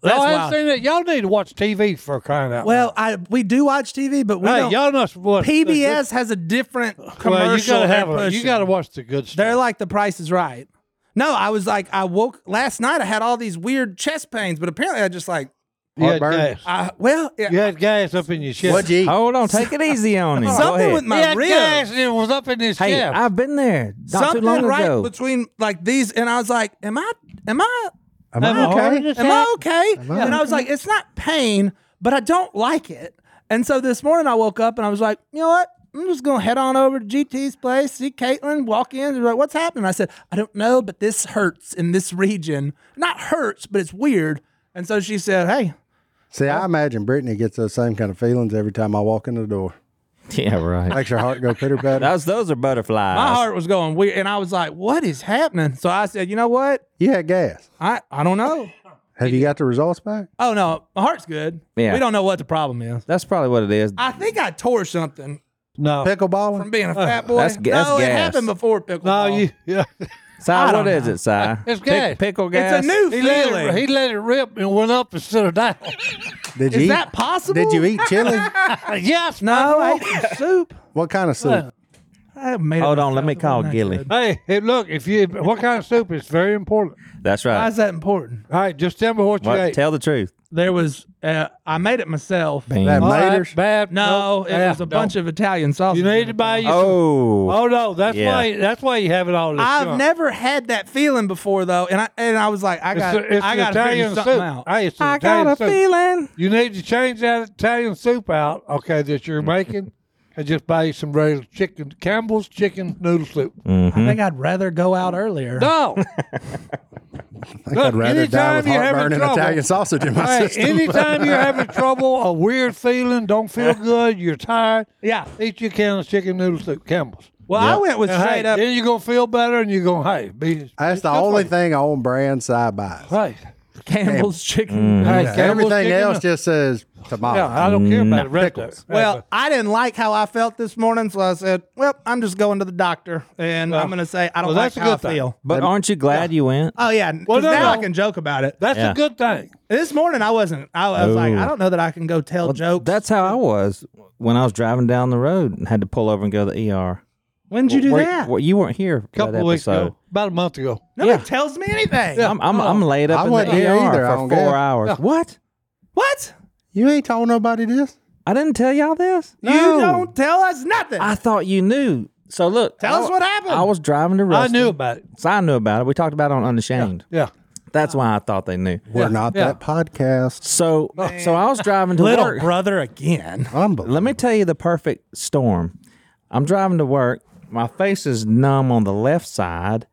S3: that's
S4: y'all
S3: wild.
S4: haven't seen that. Y'all need to watch TV for crying out.
S3: well, I we do watch TV, but we
S4: loud. hey,
S3: don't.
S4: y'all must watch the good-
S3: PBS has a different commercial.
S4: Well, you gotta
S3: they're
S4: have a, you
S3: pushing.
S4: gotta watch the good
S3: They're
S4: stuff.
S3: like the price is right. No, I was like, I woke last night. I had all these weird chest pains, but apparently I just like,
S4: You had
S1: Heartburn.
S4: gas.
S3: I well, yeah,
S4: You had gas up in your chest.
S1: What'd you eat?
S2: Hold on, take it easy on him. Go
S3: something
S2: ahead.
S3: with
S4: he
S3: my
S4: had
S3: ribs.
S4: gas and it was up in his
S2: Hey,
S4: chest.
S2: I've been there not
S3: something
S2: too long
S3: right
S2: ago.
S3: between like these, and I was like, "Am I? Am I?
S1: Am I
S4: Have a heart
S1: okay?
S4: attack?
S3: Am I okay?"
S1: I
S3: and I was like, "It's not pain, but I don't like it." And so this morning I woke up and I was like, "You know what? I'm just gonna head on over to GT's place, see Caitlin, walk in, and like, what's happening?" I said, "I don't know, but this hurts in this region. Not hurts, but it's weird." And so she said, "Hey,
S1: See, I imagine Brittany gets those same kind of feelings every time I walk in the door.
S2: (laughs) yeah, right.
S1: Makes her heart
S4: (laughs)
S1: go pitter patter.
S2: Those those are butterflies.
S3: my heart was going weird," and I was like, "What is happening?" So I said, "You know what?
S1: You had gas.
S3: I I don't know."
S1: Have you got the results back?
S3: Oh no, my heart's good.
S2: Yeah.
S3: We don't know what the problem is.
S2: That's probably what it is.
S3: I think I tore something
S4: no,
S3: from
S1: Pickleballing?
S3: being a fat boy.
S2: Uh, That's ga- that's
S3: no, it
S2: gas.
S3: happened before pickleball.
S4: no, you, yeah.
S2: Si,
S3: I
S2: what
S3: don't
S2: is it, Si?
S4: It's
S2: Pick-
S4: gas.
S2: pickle gas.
S3: it's a new
S4: He let, it, he
S3: feeling.
S4: let it rip and went up instead
S3: (laughs)
S4: of down.
S1: Did you
S3: Is
S1: eat?
S3: that possible?
S4: (laughs)
S1: Did you eat chili?
S4: yes, Oh.
S3: No, I ate some soup.
S1: what kind of soup?
S3: I made it
S2: Hold on, let
S3: myself.
S2: me
S3: It
S2: call
S3: wasn't that
S2: Gilly.
S3: good.
S4: Hey, hey, look, if you what kind of soup is very important.
S2: That's
S3: Why
S2: right.
S3: is that important?
S4: All right, just tell me what you
S2: What,
S4: ate.
S2: tell the truth.
S3: There was uh, I made it myself.
S1: That
S4: All right,
S1: maters.
S4: bad.
S3: No,
S4: nope,
S3: it
S4: yeah,
S3: was a
S4: no.
S3: bunch of Italian sausage.
S4: You need to buy you. some-
S2: Oh,
S4: Oh no, that's
S2: Yeah.
S4: why. That's why you have it all. This
S3: I've
S4: junk.
S3: never had that feeling before though, and I and I was like, I
S4: It's,
S3: got,
S4: a, it's
S3: I
S4: an
S3: got to figure
S4: Italian
S3: something
S4: soup.
S3: out.
S4: Hey, it's an
S2: I
S4: Italian
S2: got a
S4: soup.
S2: feeling.
S4: You need to change that Italian soup out, okay, that you're making, and just buy you some regular chicken, Campbell's chicken noodle soup.
S2: Mm. Mm-hmm.
S3: I think I'd rather go out earlier.
S4: No,
S3: (laughs)
S1: I think I'd rather die
S4: anytime
S1: with
S4: you're having
S1: heartburn and
S4: trouble-
S1: Italian sausage in my
S4: hey,
S1: system.
S4: anytime you're having trouble, a weird feeling, don't feel good, you're tired,
S3: Yeah.
S4: eat your can of chicken noodle soup, Campbell's.
S3: Well, I went with
S4: And, hey,
S3: straight up.
S4: Then you're gonna feel better, and you're gonna hey, be
S1: (laughs) That's the
S4: good
S1: only
S4: for
S1: thing on brand side by.
S4: you. Hey,
S3: Campbell's chicken.
S2: Mm-hmm.
S4: hey, Campbell's
S1: Everything
S4: chicken-
S1: else just says tomato.
S4: Yeah, I don't care about the rest of it.
S3: Well, I didn't like how I felt this morning, so I said, "Well, I'm just going to the doctor, and I'm going to say I don't
S4: well,
S3: like
S4: that's a
S3: how I
S4: good thing.
S3: feel."
S2: But aren't you glad you went?
S3: Oh yeah, because
S4: no,
S3: now
S4: no.
S3: I can joke about it.
S4: that's
S2: Yeah.
S4: a good thing.
S3: This morning I wasn't. I, I was like,
S2: Oh.
S3: I don't know that I can go tell jokes.
S2: That's how I was when I was driving down the road and had to pull over and go to the ER.
S3: when did you do
S2: Were-
S3: that?
S2: were- you weren't here for
S4: A couple
S2: that
S4: of weeks
S2: episode.
S4: ago, about a month ago.
S3: Nobody tells me anything.
S2: I'm I'm,
S3: Oh.
S2: I'm laid up
S1: I
S2: in the ER
S1: wasn't here either, I
S2: for
S1: don't
S2: four
S1: guess.
S2: hours. What?
S3: What?
S1: You ain't told nobody this.
S2: I didn't tell y'all this.
S3: You don't tell us nothing.
S2: I thought you knew. So look,
S3: Tell
S2: I-
S3: us what happened.
S2: I was driving to
S4: I
S2: Ruston.
S4: knew about it.
S2: So I knew about it. We talked about it on Unashamed.
S4: Yeah.
S2: That's why I thought they knew.
S1: We're not
S4: yeah.
S1: that podcast.
S2: So so I was driving to
S3: Little
S2: work.
S3: brother again.
S1: Unbelievable.
S2: Let me tell you the perfect storm. I'm driving to work. My face is numb on the left side,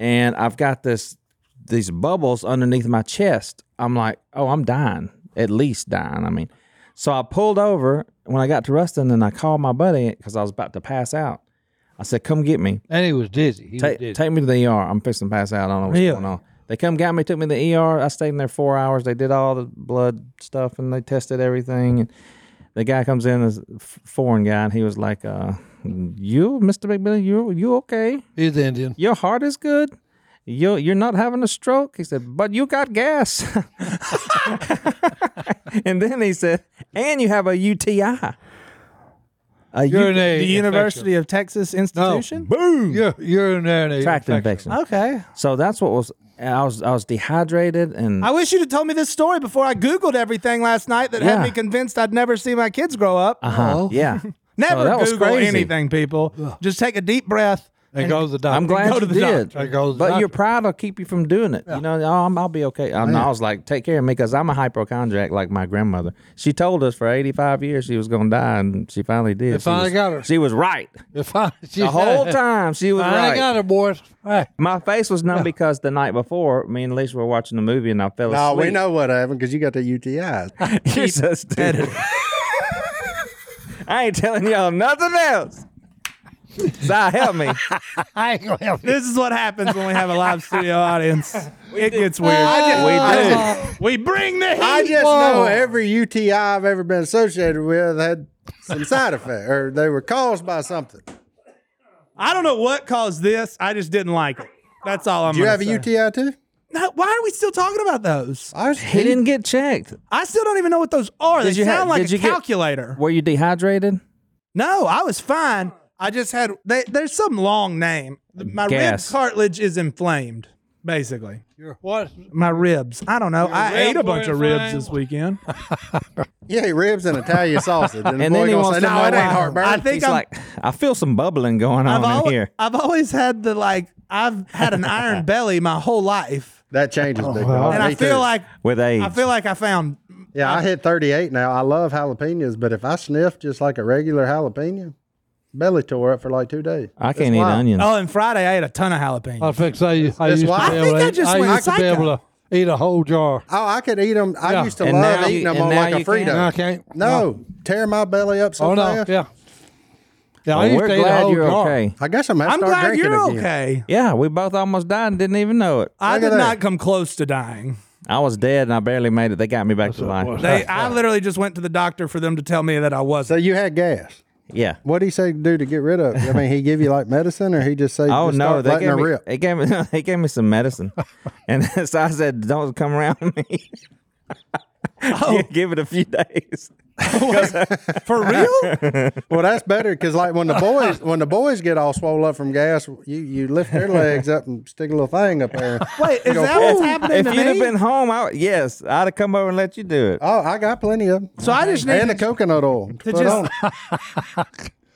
S2: and I've got this these bubbles underneath my chest. I'm like, oh, I'm dying, at least dying. I mean, so I pulled over when I got to Ruston, and I called my buddy because I was about to pass out. I said, "Come get me.
S4: And he was dizzy. He was
S2: Take,
S4: dizzy.
S2: take me to the ER. I'm fixing to pass out. I don't know what's going on." They come got me, took me to the ER. I stayed in there four hours. They did all the blood stuff and they tested everything. And the guy comes in, this f- foreign guy, and he was like, uh, "You, Mister McMillan, you you okay?
S4: He's Indian.
S2: Your heart is good. You you're not having a stroke." He said, "But you got gas." (laughs) and then he said, "And you have a UTI." A U-
S4: Urinary
S3: The University of Texas institution.
S4: Boom. Ur- urinary
S2: tract
S4: infection.
S2: infection.
S3: Okay.
S2: So that's what was. I was I was dehydrated and
S3: I wish you'd have told me this story before I Googled everything last night that had
S2: Yeah.
S3: me convinced I'd never see my kids grow up.
S4: Oh.
S2: uh-huh, (laughs) yeah.
S3: Never
S2: So that was
S3: Google
S2: crazy.
S3: anything, people. Just take a deep breath.
S4: And go to the doctor.
S2: I'm glad
S4: Go
S2: you
S4: to the
S2: did,
S4: doctor. Go to the
S2: but
S4: doctor.
S2: your (laughs) pride will keep you from doing it. You know, oh, I'm, I'll be okay. I, I was like, take care of me because I'm a hypochondriac, like my grandmother. She told us for 85 years she was going to die, and she finally did. She
S4: finally
S2: was,
S4: got her.
S2: She was
S4: (laughs)
S2: right
S4: If I,
S2: the whole time. She was
S4: I
S2: right.
S4: got her, boys. Hey,
S2: My face was numb because the night before, me and Lisa were watching a movie, and I fell
S1: No,
S2: asleep.
S1: we
S2: (laughs)
S1: know what happened because you got the UTIs.
S2: Jesus, dude. (laughs) I ain't telling y'all nothing
S4: (laughs)
S2: else. So help (laughs) me.
S4: I ain't gonna help you.
S3: This is what happens when we have a live studio
S2: (laughs)
S3: audience. It gets weird. (laughs) we bring the heat.
S1: I just know every UTI I've ever been associated with had some side effect, or they were caused by something.
S3: I don't know what caused this. I just didn't like it. That's all I'm.
S1: Do you
S3: gonna
S1: have a
S3: say.
S1: UTI too?
S3: No, why are we still talking about those?
S1: I was,
S2: He didn't get checked.
S3: I still don't even know what those are.
S2: Did
S3: they
S2: you ha-
S3: sound like
S2: did
S3: a
S2: you get-
S3: calculator.
S2: Were you dehydrated?
S3: no, I was fine. I just had they, there's some long name. My
S2: Gas.
S3: rib cartilage is inflamed, basically.
S4: Your what?
S3: My ribs. I don't know. I
S4: ribs
S3: ate a bunch
S4: were
S3: of ribs
S4: inflamed?
S3: this weekend.
S1: yeah, ribs and Italian sausage, and, the
S2: And
S1: boy
S2: then he
S1: gonna
S2: wants
S1: say,
S2: to
S1: "No,
S2: know
S1: it
S2: why."
S1: ain't heartburn."
S3: I think
S2: He's
S3: I'm-
S2: like, I feel some bubbling going on
S3: al-
S2: in here.
S3: I've always had the like I've had
S1: (laughs)
S3: an iron belly my whole life.
S1: that changes big. dog.
S3: And I
S1: Oh, Me
S3: feel
S1: too.
S3: like
S2: With AIDS.
S3: I feel like I found
S1: yeah, I hit 38 now. I love jalapenos, but if I sniff just like a regular jalapeno, belly tore up for like two days.
S2: I can't eat
S1: wild.
S2: onions.
S3: Oh, and Friday I ate a ton of
S4: I
S3: jalapenos.
S4: fix. I, I
S1: That's
S4: used
S1: why-
S4: to
S1: I
S4: be
S3: think
S4: able
S3: I
S4: to, eat-
S3: just
S4: I
S3: went
S4: used to be
S3: psycho.
S4: able to eat a whole jar.
S1: Oh, I could eat them. I
S4: Yeah.
S1: used to
S2: And
S1: love
S2: now you-
S1: eating them
S2: and
S1: on
S2: now
S1: like a
S2: you
S1: Frito.
S2: can't.
S4: No, I can't.
S1: No, tear my belly up so
S4: Oh no.
S1: fast.
S4: Yeah. Yeah,
S3: Oh,
S4: I
S2: Well,
S4: used
S2: we're
S4: to eat a
S2: glad
S4: whole
S2: you're
S4: jar.
S2: okay.
S1: I guess I'm gonna
S3: I'm
S1: start
S3: glad
S1: drinking
S3: you're
S1: again.
S3: okay.
S2: Yeah, we both almost died and didn't even know it.
S3: I
S1: Look at
S3: did
S1: that.
S3: not come close to dying.
S2: I was dead and I barely made it. They got me back to life.
S1: (laughs)
S4: was.
S3: They, I literally just went to the doctor for them to tell me that I
S1: So
S3: wasn't.
S1: you had gas.
S2: yeah.
S1: What did he say to do to get rid of it? I mean, he give you like medicine, or he just say,
S2: Oh
S1: just
S2: no,
S1: start
S2: they
S1: letting
S2: gave
S1: her
S2: me.
S1: rip."
S2: They gave me. (laughs) They gave me some medicine, (laughs) and (laughs)
S3: (laughs) Oh.
S2: so I said, "Don't come around me." Give it a few days.
S1: (laughs)
S3: For real?
S1: Well, that's better because like when the boys when the boys get all swole up from gas, you you lift their legs up and stick a little thing up there.
S3: (laughs) Wait, is
S1: go,
S3: that what's
S1: "Ooh."
S3: happening
S2: if
S3: to
S2: you'd
S3: me?
S2: have been home, I, would- yes, I'd have come over and let you do it.
S1: Oh, I got plenty of them.
S3: so I just need
S1: and
S3: to
S1: the coconut oil. To put
S3: just-
S1: on.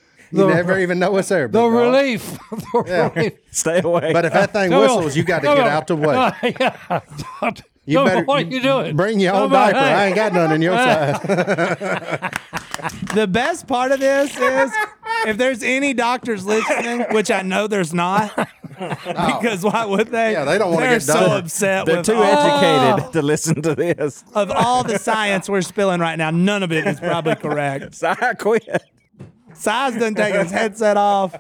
S3: (laughs)
S1: you never even know what's there. big
S4: The
S1: dog.
S4: relief. (laughs) The
S1: Yeah.
S4: relief.
S2: Stay away.
S1: But if that
S3: (laughs)
S1: thing
S4: Come on.
S1: whistles, you got to
S4: Come
S1: get
S4: on.
S1: out the way.
S4: (laughs) yeah.
S1: You
S4: Come
S1: better-
S4: on, what are you doing?
S1: Bring your own
S4: Come on,
S1: diaper. I
S4: hey.
S1: ain't got none in
S3: (laughs)
S1: your size.
S3: The best part of this
S1: (laughs)
S3: is if there's any doctors listening, which I know
S1: (laughs)
S3: there's not, (laughs) because why would they?
S1: Yeah, they don't wanna
S3: They're
S1: get
S3: so
S1: done.
S3: upset
S2: They're
S3: with
S2: too
S3: all, Oh.
S2: educated to listen to this. (laughs)
S3: of all the science we're spilling right now. None of it is probably correct.
S2: So I quit.
S3: Size done taking his headset off.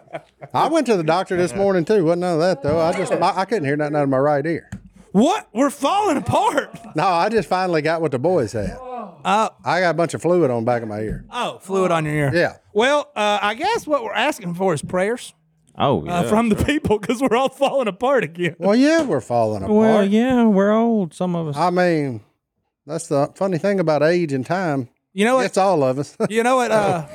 S1: I went to the doctor this morning too. Wasn't none of that though. I just my, I couldn't hear nothing out of my right ear.
S3: What? We're falling apart.
S1: No, I just finally got what the boys had.
S2: Uh,
S1: I got a bunch of fluid on the back of my ear.
S3: Oh, fluid on your ear.
S1: Yeah.
S3: Well, uh, I guess what we're asking for is prayers
S2: Oh, yeah.
S3: uh, from the people because we're all falling apart again.
S1: Well, yeah, we're falling apart.
S2: well, yeah, we're old. Some of us.
S1: I mean, that's the funny thing about age and time.
S3: You know what?
S1: It's all of us. (laughs)
S3: You know what? Uh,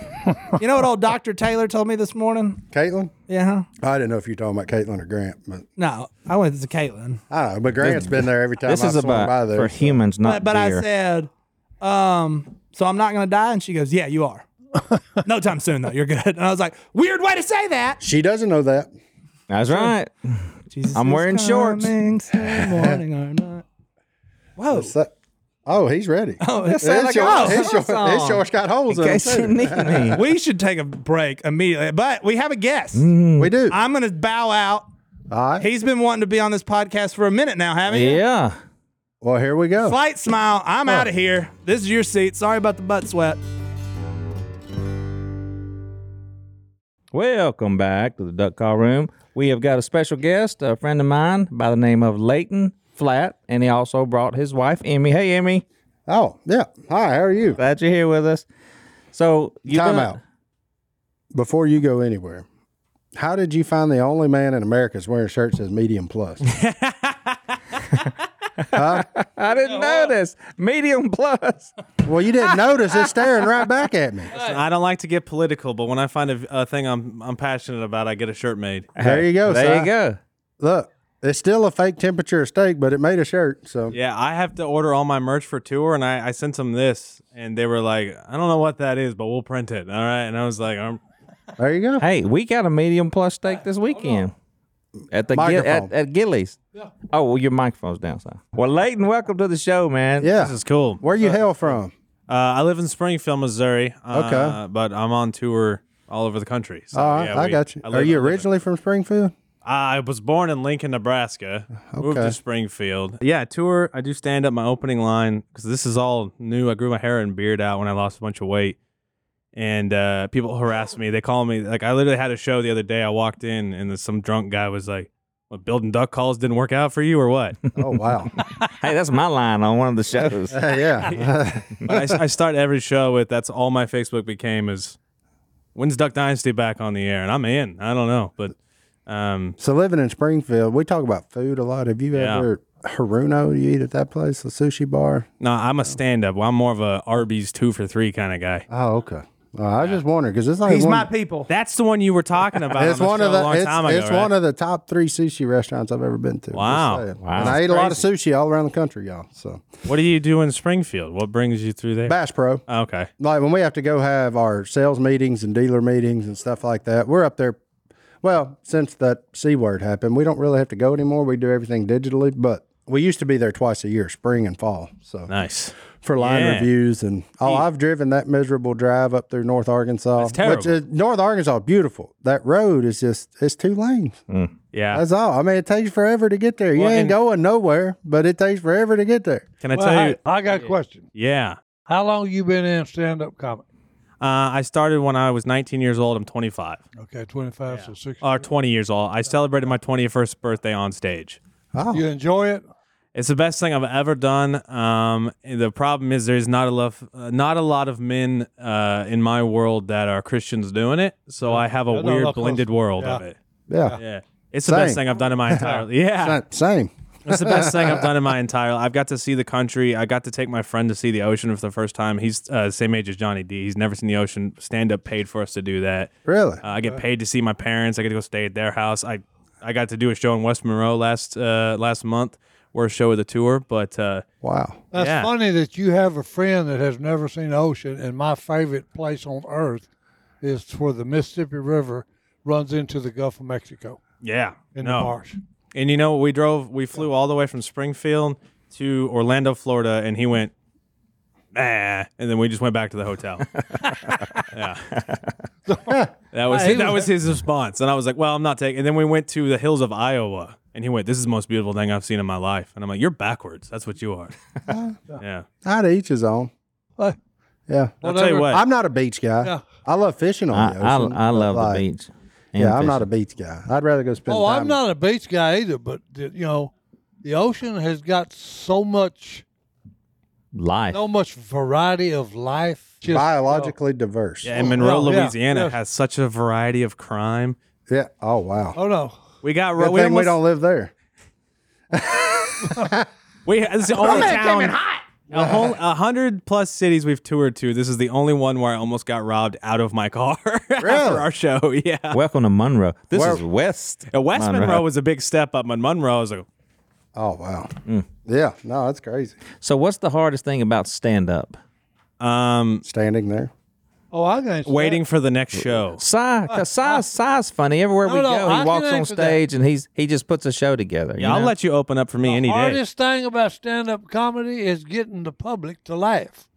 S3: you know what? Old Doctor Taylor told me this morning.
S1: Caitlin,
S3: Yeah.
S1: I didn't know if you were talking about Caitlin or Grant, but
S3: No, I went to Caitlin.
S1: I don't know. But Grant's been there every time
S2: This
S1: I've
S2: is
S1: swung by
S2: about
S1: there.
S2: for humans, not
S3: But, but I
S2: deer.
S3: said, um, so I'm not going to die. And she goes, yeah, you are. (laughs) no time soon, though. You're good. And I was like, weird way to say that.
S1: she doesn't know that.
S2: That's right.
S3: Jesus
S2: I'm
S3: is
S2: wearing shorts.
S3: coming, soon, morning or night. Whoa.
S1: So- oh, he's
S2: (laughs)
S1: ready.
S3: Oh, that
S1: his,
S3: sounded like a
S1: shorts-
S3: little
S1: (laughs) his, shorts-
S2: song.
S1: his shorts got holes
S2: In
S1: in,
S2: case you
S1: them.
S2: need
S1: (laughs)
S2: me.
S3: we should take a break immediately. But we have a guest.
S1: too. We do.
S3: I'm going to bow out.
S1: all right.
S3: He's been wanting to be on this podcast for a minute now,
S1: Oh,
S3: haven't you?
S2: Yeah.
S1: Well, here we go.
S3: Slight smile. I'm out of here. This is your seat. Sorry about the butt sweat.
S2: Welcome back to the Duck Call Room. We have got a special guest, a friend of mine by the name of Leighton Flat, and he also brought his wife, Emmy. Hey, Emmy.
S1: Oh, yeah. Hi, how are you?
S2: Glad you're here with us. So, you
S1: Time out. Before you go anywhere, how did you find the only man in America that's wearing shirts that says medium plus?
S6: (laughs)
S2: I didn't notice. Medium plus.
S1: well, you didn't notice. It's staring right back
S6: (laughs)
S1: at me.
S6: I don't like to get political, but when I find a, a thing I'm I'm passionate about, I get a shirt made.
S1: There you go.
S2: There
S1: Si.
S2: you go.
S1: Look, it's still a fake temperature of steak, but it made a shirt. So
S6: Yeah, I have to order all my merch for tour, and I, I sent them this, and they were like, I don't know what that is, but we'll print it. All right, and I was like, "Um, I'm,
S1: there you go.
S2: Hey, we got a medium plus steak this weekend at the Gil- at,
S1: Microphone.
S2: at Gillies. Oh, well, your microphone's down, si. Well, Leighton, welcome to the show, man.
S1: Yeah.
S6: this is cool.
S1: Where you hail from?
S6: Uh, I live in Springfield, Missouri. Uh,
S1: Okay.
S6: but I'm on tour all over the country. So,
S1: Oh, I-
S6: Uh, yeah,
S1: I
S6: we-
S1: got you.
S6: I
S1: Are
S6: live- I
S1: you
S6: live in-
S1: originally
S6: (laughs)
S1: from Springfield?
S6: I was born in Lincoln, Nebraska. Moved
S1: Okay.
S6: to Springfield. Yeah, tour. I do stand up. My opening line because this is all new. I grew my hair and beard out when I lost a bunch of weight, and uh, people harass me. They call me like I literally had a show the other day. I walked in and some drunk guy was like, "What building duck calls didn't work out for you or what?"
S1: Oh wow.
S2: Hey, that's my line on one of
S1: (laughs)
S2: the shows.
S1: Hey, yeah.
S6: but I, I start every show with that's all my Facebook became is when's Duck Dynasty back on the air, and I'm in. I don't know, but um,
S1: so living in Springfield, we talk about food a lot. Have you
S6: Yeah.
S1: ever Haruno? You eat at that place, the sushi bar?
S6: no, I'm a stand up. I'm more of a Arby's two for three kind of guy.
S1: Oh, okay. Uh, I was just wondering because it's like
S3: He's
S1: one,
S3: my people.
S6: That's the one you were talking about.
S1: it's
S6: on the
S1: one
S6: show
S1: of
S6: a
S1: the
S6: long
S1: it's,
S6: time ago,
S1: it's
S6: right?
S1: one of the top three sushi restaurants I've ever been to. just
S6: Wow.
S1: saying.
S2: Wow.
S1: And I ate a lot of sushi all around the country, y'all. So
S6: What do you do in Springfield? What brings you through there?
S1: Bass Pro.
S6: okay.
S1: like when we have to go have our sales meetings and dealer meetings and stuff like that, we're up there. Well, since that C word happened, we don't really have to go anymore. We do everything digitally, but we used to be there twice a year, spring and fall. So
S6: Nice.
S1: for line
S6: Yeah.
S1: reviews and oh, I've driven that miserable drive up through North Arkansas. Which
S6: terrible.
S1: is, North Arkansas, beautiful. That road is just it's two lanes.
S6: Yeah.
S1: That's all. I mean, it takes forever to get there. You
S6: Well,
S1: ain't
S6: and-
S1: going nowhere, but it takes forever to get there.
S6: Can I
S4: Well,
S6: tell
S4: hey,
S6: you?
S4: I got a question.
S6: Yeah.
S4: How long you been in stand up comedy?
S6: Uh, I started when I was 19 years old. I'm 25
S4: Okay, 25, so 60.
S6: or 20 years old. I celebrated my 21st birthday on stage.
S4: you enjoy it?
S6: It's the best thing I've ever done. Um, and the problem is there's not a lot, uh, not a lot of men uh, in my world that are Christians doing it. So I have a
S4: Mm. They're not
S6: weird
S4: close.
S6: blended world
S4: Yeah.
S6: of it.
S1: Yeah.
S6: Yeah. It's the best
S1: Same.
S4: (laughs)
S6: thing I've done in my entire. yeah.
S1: Same.
S3: It's the best thing I've done in my entire life. I've got to see the country. I got to take my friend to see the ocean for the first time. He's uh, same age as Johnny D. He's never seen the ocean. Stand up paid for us to do that.
S1: Really?
S3: Uh, I get paid to see my parents. I get to go stay at their house. I I got to do a show in West Monroe last uh, last month. Worst show of the tour, but uh,
S1: Wow.
S4: That's
S3: Yeah.
S4: funny that you have a friend that has never seen the ocean, and my favorite place on earth is where the Mississippi River runs into the Gulf of Mexico
S3: yeah,
S4: in
S3: no.
S4: the marsh.
S3: And you know, we drove, we flew all the way from Springfield to Orlando, Florida, and he went, nah, and then we just went back to the hotel. (laughs) yeah, that was
S4: He
S3: that
S4: was-
S3: was his response, and I was like, well, I'm not taking. And then we went to the hills of Iowa, and he went, this is the most beautiful thing I've seen in my life, and I'm like, you're backwards. That's what you are. yeah,
S1: I'd each his own.
S4: What?
S1: Yeah.
S3: I'll tell you what.
S1: I'm not a beach guy.
S4: Yeah.
S1: I love fishing
S2: I,
S1: on the
S2: I,
S1: ocean. but,
S2: I love
S1: like,
S2: the beach. and
S1: Yeah, I'm not a
S2: fishing.
S1: beach guy. I'd rather go spend
S4: Oh,
S1: time.
S4: I'm not a beach guy either, but the, you know, the ocean has got so much,
S2: life.
S4: so much variety of life. Just, you know,
S1: biologically diverse.
S3: yeah, and Monroe,
S4: well, yeah,
S3: Louisiana
S4: yes.
S3: has such a variety of crime.
S1: Yeah. Oh wow.
S4: oh no,
S3: We got
S1: Good
S3: we,
S1: thing we
S3: almost-
S1: don't live there.
S3: We this is the only town. A whole a hundred plus cities we've toured to. This is the only one where I almost got robbed out of my car (laughs) after
S1: Really?
S3: our show. (laughs) Yeah,
S2: Welcome to Monroe. This
S1: Where-
S2: is West.
S3: Uh, West Monroe.
S2: Monroe.
S3: was a big step up. And Monroe was like,
S1: Oh wow.
S2: Mm.
S1: Yeah. No, that's crazy.
S2: So, what's the hardest thing about stand up?
S3: um,
S1: Standing there.
S4: oh I can
S3: waiting for the next show.
S2: Sai, cause Sai, Sai's funny. Everywhere we
S4: No, no,
S2: go,
S4: I
S2: he
S4: can
S2: walks on
S4: answer that.
S2: stage and he's he just puts a show together.
S3: Yeah, I'll let you open up for me any day.
S4: hardest thing about stand-up comedy is getting the public
S3: (laughs)
S4: to laugh.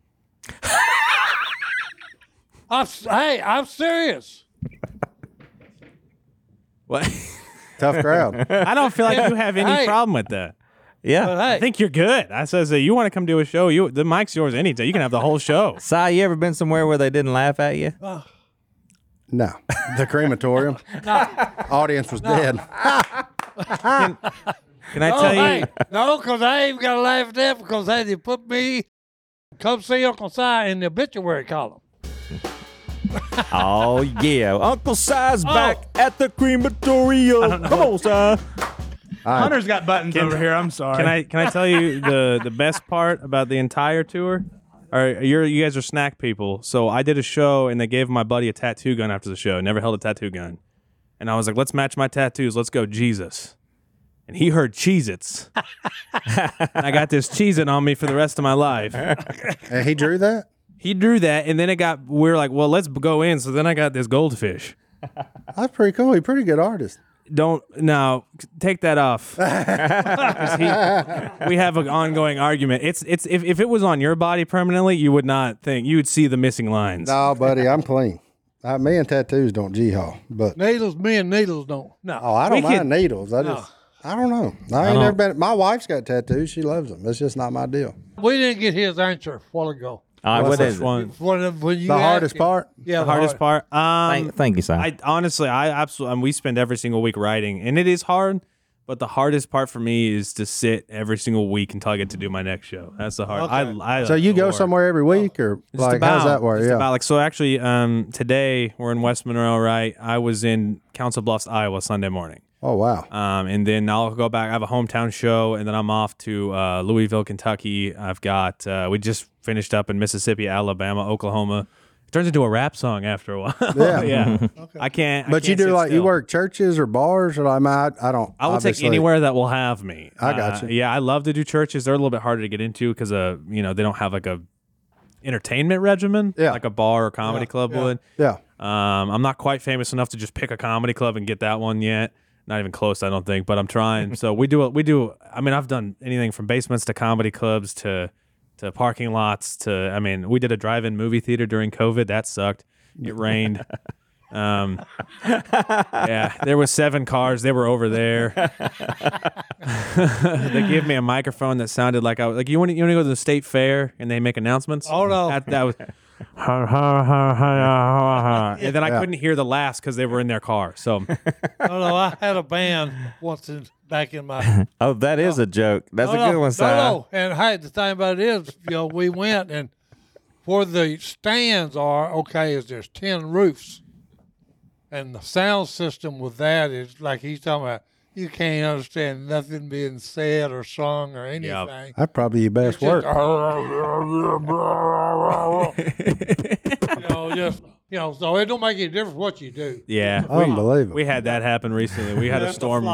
S4: I'm, s- hey, I'm serious.
S3: (laughs) What?
S1: Tough
S4: (laughs)
S1: crowd.
S3: I don't feel like you have any
S4: Hey.
S3: problem with that.
S4: But
S2: yeah.
S4: hey,
S3: I think you're good. I says that you want to come do a show. You the mic's yours any day. You can have the whole show.
S2: Sai, you ever been somewhere where they didn't laugh at you?
S1: no. The
S4: (laughs)
S1: crematorium. Audience was dead.
S3: Can I
S4: oh,
S3: tell
S4: hey,
S3: you?
S4: no, because I ain't got to laugh at that because hey, they put me, come see Uncle Si in the obituary column.
S2: Oh yeah, Uncle Si's back at the crematorium. Come on, Si.
S7: Hunter's got buttons over here. I'm sorry.
S3: Can I can I tell you the the best part about the entire tour? All right, you're you guys are snack people. So I did a show and they gave my buddy a tattoo gun after the show. Never held a tattoo gun, and I was like, let's match my tattoos. Let's go Jesus. And he heard Cheez Its. I got this Cheez It on me for the rest of my life.
S1: And he drew that.
S3: He drew that, and then it got, we were like, well, let's go in. So then I got this goldfish.
S1: That's pretty cool. He's a pretty good artist.
S3: Don't, no, take that off. 'Cause he- we have an ongoing argument. It's it's if, if it was on your body permanently, you would not think you would see the missing lines.
S1: No, buddy, I'm clean. I, me and tattoos don't g-haw, but
S4: Needles, me and needles don't. No,
S1: oh, I don't
S3: We
S1: mind
S3: could-
S1: needles. I just, I don't know. I ain't never been. My wife's got tattoos. She loves them. It's just not my deal.
S4: we didn't get his answer a while ago.
S2: All right, what is it?
S3: one?
S4: One of when you
S1: The
S4: asked
S1: hardest
S4: him-
S1: part.
S4: Yeah,
S3: The hardest part. Um,
S2: Thank, thank you, Si.
S3: I honestly, I absolutely, we spend every single week writing, and it is hard. But the hardest part for me is to sit every single week until I get to do my next show. That's the hard. I, I
S1: So you go
S3: Lord.
S1: somewhere every week, or
S3: Just
S1: like how's that work?
S3: just
S1: Yeah.
S3: about. like so. Actually, um, today we're in West Monroe, right? I was in Council Bluffs, Iowa, Sunday morning,
S1: Oh wow.
S3: um, and then I'll go back. I have a hometown show, and then I'm off to uh, Louisville, Kentucky. I've got uh, we just finished up in Mississippi, Alabama, Oklahoma. It turns into a rap song after a while. (laughs)
S1: Yeah. (laughs)
S3: I can't. I
S1: But you
S3: can't
S1: do
S3: sit
S1: like you
S3: still.
S1: work churches or bars or like my, I don't.
S3: I will
S1: obviously-
S3: take anywhere that will have me.
S1: I gotcha.
S3: Uh, yeah, I love to do churches. They're a little bit harder to get into because uh, you know, they don't have like a entertainment regimen,
S1: Yeah.
S3: like a bar or comedy club would.
S1: Yeah.
S3: Um, I'm not quite famous enough to just pick a comedy club and get that one yet. Not even close, I don't think. But I'm trying. so we do. a- We do. I mean, I've done anything from basements to comedy clubs to to parking lots to. I mean, we did a drive-in movie theater during COVID. That sucked. It rained. Um, yeah, there was seven cars. They were over (laughs) there. they gave me a microphone that sounded like I was like you want to, you want to go to the state fair and they make announcements.
S4: Oh, no.
S3: that, that was. (laughs) "Ha, ha, ha, ha, ha, ha." and then I couldn't hear the laughs because they were in their car. So
S4: No, no, I had a band once in, back in
S3: (laughs)
S4: my
S2: oh, that is a joke. That's
S4: no,
S2: a good
S4: no,
S2: one, Si.
S4: No, no. And hey, the thing about it is, you know, we went and where the stands are, okay, is there's ten roofs. And the sound system with that is like he's talking about You can't understand nothing being said or sung or anything.
S1: That's probably your best
S4: It's
S1: work.
S4: just, you know, just (laughs) you know, so it don't make any difference what you do.
S1: (laughs)
S3: yeah.
S1: Oh. Unbelievable.
S3: We had that happen recently. We had a storm.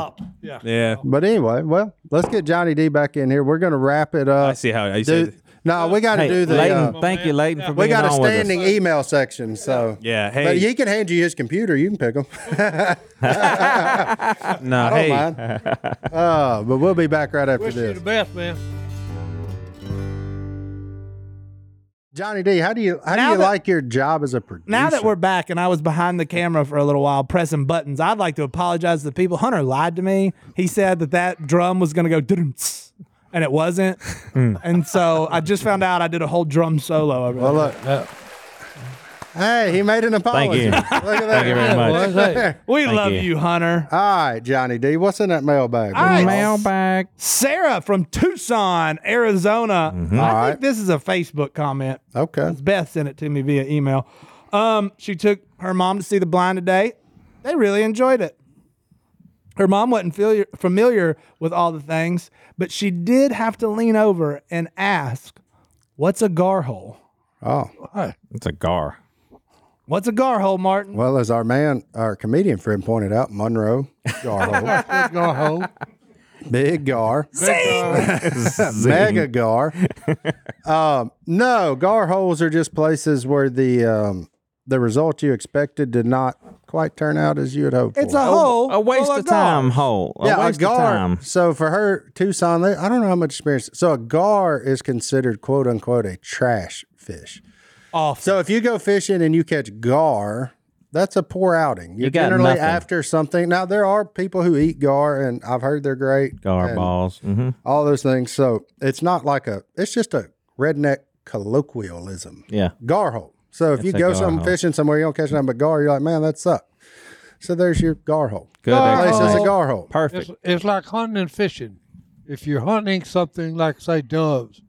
S4: Yeah.
S3: Yeah.
S1: but anyway, well, let's get Johnny D back in here. We're going to wrap it up.
S3: I see how you
S1: Do,
S3: said.
S1: no, we got to
S2: Hey,
S1: do the.
S2: Layton,
S1: uh,
S2: thank you, Layton, for
S1: we
S2: being
S1: got a
S2: on with us.
S1: standing email section, so.
S3: Yeah. Hey.
S1: But he can hand you his computer. You can pick him. (laughs)
S3: no.
S1: I don't
S3: hey.
S1: mind. Uh, but we'll be back right after
S4: Wish you the
S1: this.
S4: best, man.
S1: Johnny D, how do you how do
S5: Now
S1: you
S5: that-
S1: like your job as a producer?
S5: Now that we're back and I was behind the camera for a little while pressing buttons, I'd like to apologize to the people. Hunter lied to me. He said that that drum was going to go doo-doo-ts, and it wasn't.
S1: Hmm.
S5: and so I just found out I did a whole drum solo over
S1: well,
S5: there.
S1: look. Hey, he made an apology.
S2: you.
S1: Look at that.
S2: Thank you very much.
S5: We love
S2: you.
S5: you, Hunter.
S1: All right, Johnny D, what's in that mailbag?
S5: All right.
S2: Mailbag.
S5: Sarah from Tucson, Arizona. I
S1: Mm-hmm. All right.
S5: think this is a Facebook comment.
S1: Okay.
S5: Beth sent it to me via email. Um, she took her mom to see the blind today. They really enjoyed it. Her mom wasn't familiar, familiar with all the things, but she did have to lean over and ask, "What's a gar hole?
S1: Oh,
S2: It's a gar.
S5: What's a gar hole, Martin?"
S1: well, as our man, our comedian friend pointed out, Monroe
S5: (laughs)
S1: Gar,
S4: Go home.
S1: Big Gar,
S2: Zing.
S1: (laughs) Mega
S2: (laughs)
S1: Gar. Um, no, Gar holes are just places where the um, the result you expected did not quite turn out as you had hoped.
S5: It's
S1: for.
S5: a
S1: Oh,
S5: hole.
S2: A waste
S5: full
S2: of time hole. A
S1: yeah, a
S2: waste of
S1: gar.
S2: time.
S1: So for her Tucson, I don't know how much experience. So a gar is considered quote unquote a trash fish.
S5: Off.
S1: So if you go fishing and you catch gar, that's a poor outing. You're
S2: got
S1: generally
S2: nothing.
S1: after something. Now there are people who eat gar, and I've heard they're great.
S2: Gar
S1: and
S2: balls. hmm
S1: all those things. So it's not like a. It's just a redneck colloquialism.
S2: Yeah.
S1: Gar hole. So if you
S2: a
S1: go
S2: gar
S1: some
S2: hole.
S1: fishing somewhere, you don't catch nothing but gar. You're like, man, that sucked. So there's your gar hole.
S2: Good
S1: Place is a
S2: explanation.
S1: gar hole.
S2: Perfect.
S4: It's, it's like hunting and fishing. If you're hunting something like say doves,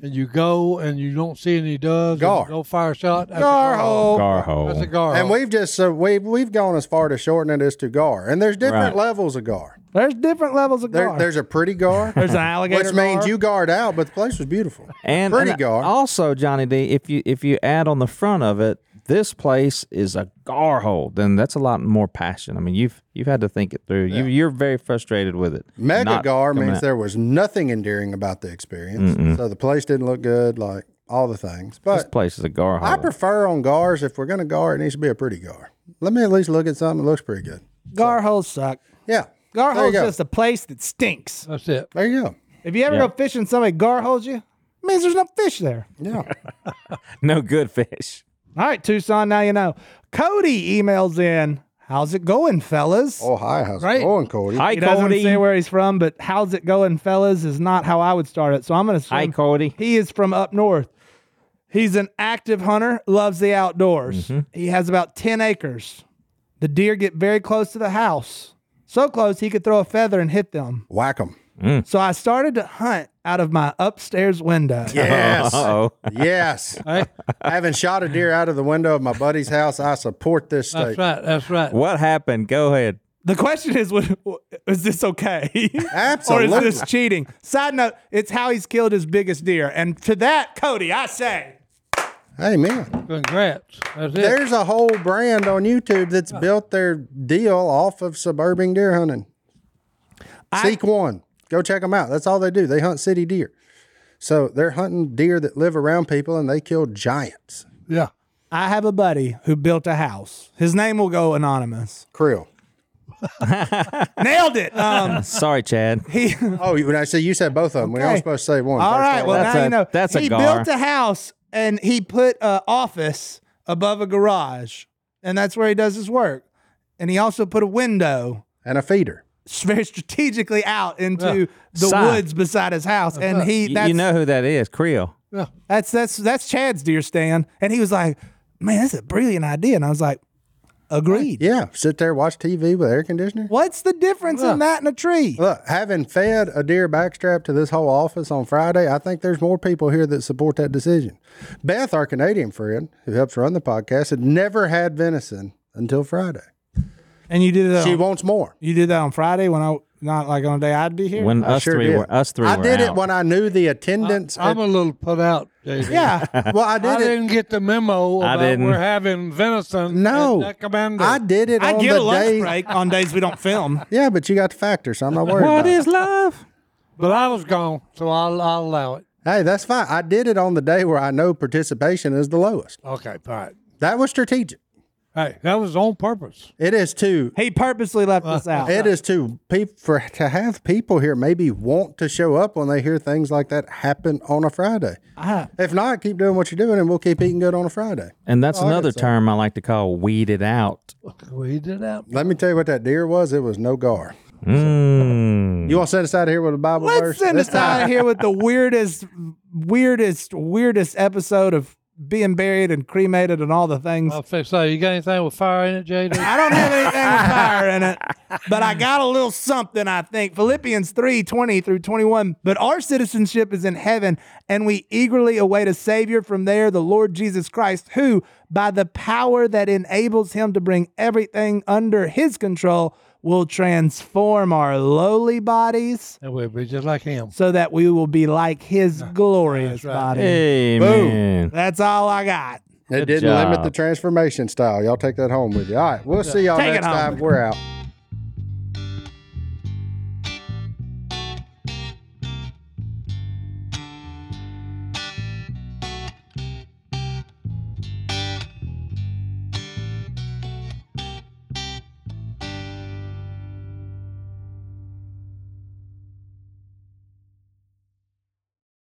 S4: and you go and you don't see any doves,
S1: Gar.
S4: and no fire shot. That's
S1: Gar
S4: a hole.
S1: hole.
S2: Gar hole.
S4: That's a gar.
S1: And
S4: hole.
S1: we've just so we've we've gone as far to shorten it as to gar, and there's different
S2: Right.
S1: levels of gar.
S5: There's different levels of
S1: There,
S5: gar.
S1: There's a pretty gar, (laughs)
S5: There's an alligator.
S1: which means
S5: gar.
S1: you guard out, but the place was beautiful.
S2: and
S1: pretty
S2: and
S1: gar.
S2: Also, Johnny D, if you if you add on the front of it, this place is a gar hole. Then that's a lot more passion. I mean, you've you've had to think it through. You you're very frustrated with it.
S1: Mega
S2: Not
S1: gar
S2: coming
S1: means
S2: out.
S1: there was nothing endearing about the experience, so the place didn't look good, like all the things.
S2: this
S1: But
S2: place is a gar hole.
S1: I prefer on gars if we're gonna gar, it needs to be a pretty gar. Let me at least look at something that looks pretty good.
S5: gar holes suck.
S1: Yeah,
S5: Gar
S1: There you
S5: hole's
S1: go.
S5: just a place that stinks.
S4: That's it.
S1: There you go.
S5: If you ever
S2: Yeah.
S5: go fishing, and somebody gar holes you. Means there's no fish there.
S1: Yeah,
S2: (laughs) no good fish.
S5: All right, Tucson, now you know. Cody emails in, How's it going, fellas?
S1: oh hi, how's
S5: Right.
S1: it going, Cody?
S2: Hi,
S5: he doesn't
S2: Cody.
S5: say where he's from, but how's it going, fellas, is not how I would start it. So I'm going to
S2: Hi,
S5: say
S2: Cody.
S5: he is from up north. He's an active hunter, loves the outdoors.
S2: Mm-hmm.
S5: He has about 10 acres. The deer get very close to the house, so close he could throw a feather and hit them.
S1: Whack 'em.
S2: Hmm.
S5: So I started to hunt out of my upstairs window.
S1: Yes.
S2: Oh,
S1: Yes.
S4: Hey,
S1: Having shot a deer out of the window of my buddy's house, I support this
S4: that's
S1: state.
S4: right. That's right.
S2: what happened? Go ahead.
S5: The question is, would- is
S2: (laughs)
S5: this okay? or is
S1: Absolutely.
S5: this cheating? Side note, it's how he's killed his biggest deer. And to that, Cody, I say,
S1: Hey, man.
S4: Congrats. That's it.
S1: There's a whole brand on YouTube that's built their deal off of suburban deer hunting. Seek one. Go check them out. That's all they do. They hunt city deer. So they're hunting deer that live around people and they kill giants.
S4: yeah.
S5: I have a buddy who built a house. His name will go anonymous.
S1: Krill.
S5: Nailed it. Um,
S1: (laughs)
S2: Sorry, Chad.
S5: he,
S1: Oh, you- when I say you said both of them, we
S5: Okay.
S1: were supposed to say one.
S5: all
S1: First
S5: right.
S1: of
S5: Well,
S2: That's
S5: now
S2: a-
S5: you know.
S2: that's a
S5: he
S2: gar.
S5: built a house and he put an office above a garage, and that's where he does his work. And he also put a window
S1: and a feeder.
S5: very strategically out into the
S2: Side.
S5: woods beside his house. And he,
S2: You,
S5: that's,
S2: you know who that is? Creel.
S5: That's that's that's Chad's deer stand. And he was like, Man, that's a brilliant idea. And I was like, Agreed.
S1: Yeah. Sit there, watch TV with air conditioner.
S5: What's the difference in that and a tree?
S1: Look, having fed a deer backstrap to this whole office on Friday, I think there's more people here that support that decision. Beth, our Canadian friend who helps run the podcast, had never had venison until Friday.
S5: And you did that
S1: She
S5: on,
S1: wants more.
S5: you did that on Friday when I Not like on a day I'd be here.
S2: When
S1: I
S2: us
S1: sure
S2: three
S1: did.
S2: were us three
S1: I
S2: were
S1: did it
S2: out.
S1: when I knew the attendance.
S4: I'm a little put out, JD.
S1: yeah. (laughs) Well, I did
S4: I
S1: it.
S4: didn't get the memo
S2: I
S4: about
S2: didn't.
S4: we're having venison.
S1: No.
S4: at Jacomander.
S1: I did it
S5: I
S1: on
S5: get
S1: the
S5: a lunch
S1: day.
S5: break on days we
S1: (laughs)
S5: don't film.
S1: Yeah, but you got the factor, so I'm not worried about
S2: What
S1: it.
S2: is life?
S4: but I was gone, so I'll, I'll allow it.
S1: Hey, that's fine. I did it on the day where I know participation is the lowest.
S4: Okay, all right.
S1: That was strategic.
S4: Hey, that was on purpose.
S1: It is to
S5: He purposely left us out.
S1: it is to peop for to have people here maybe want to show up when they hear things like that happen on a Friday.
S5: Ah.
S1: If not, keep doing what you're doing, and we'll keep eating good on a Friday.
S2: And that's
S1: Oh, I
S2: another
S1: guess so.
S2: term I like to call weeded out.
S4: We did out.
S1: Let me tell you what that deer was. It was no gar.
S2: Mm.
S1: You want to send us out of here with a Bible
S5: Let's
S1: verse?
S5: send
S1: This
S5: us out
S1: time-
S5: of here with the weirdest, weirdest, weirdest episode of being buried and cremated and all the things.
S4: I'll fix that. You got anything with fire in
S1: (laughs)
S4: it, JD?
S5: I don't have anything with fire in it, but I got a little something, I think. Philippians 3 20 through 21. But our citizenship is in heaven, and we eagerly await a Savior from there, the Lord Jesus Christ, who, by the power that enables him to bring everything under his control, will transform our lowly bodies
S4: and we'll be just like him.
S5: so that we will be like his glorious
S4: right.
S5: body.
S2: Amen.
S5: That's all I got.
S1: It didn't
S2: job.
S1: limit the transformation style. Y'all take that home with you. All right, we'll see y'all
S5: Take it
S1: next
S5: home.
S1: time. We're out.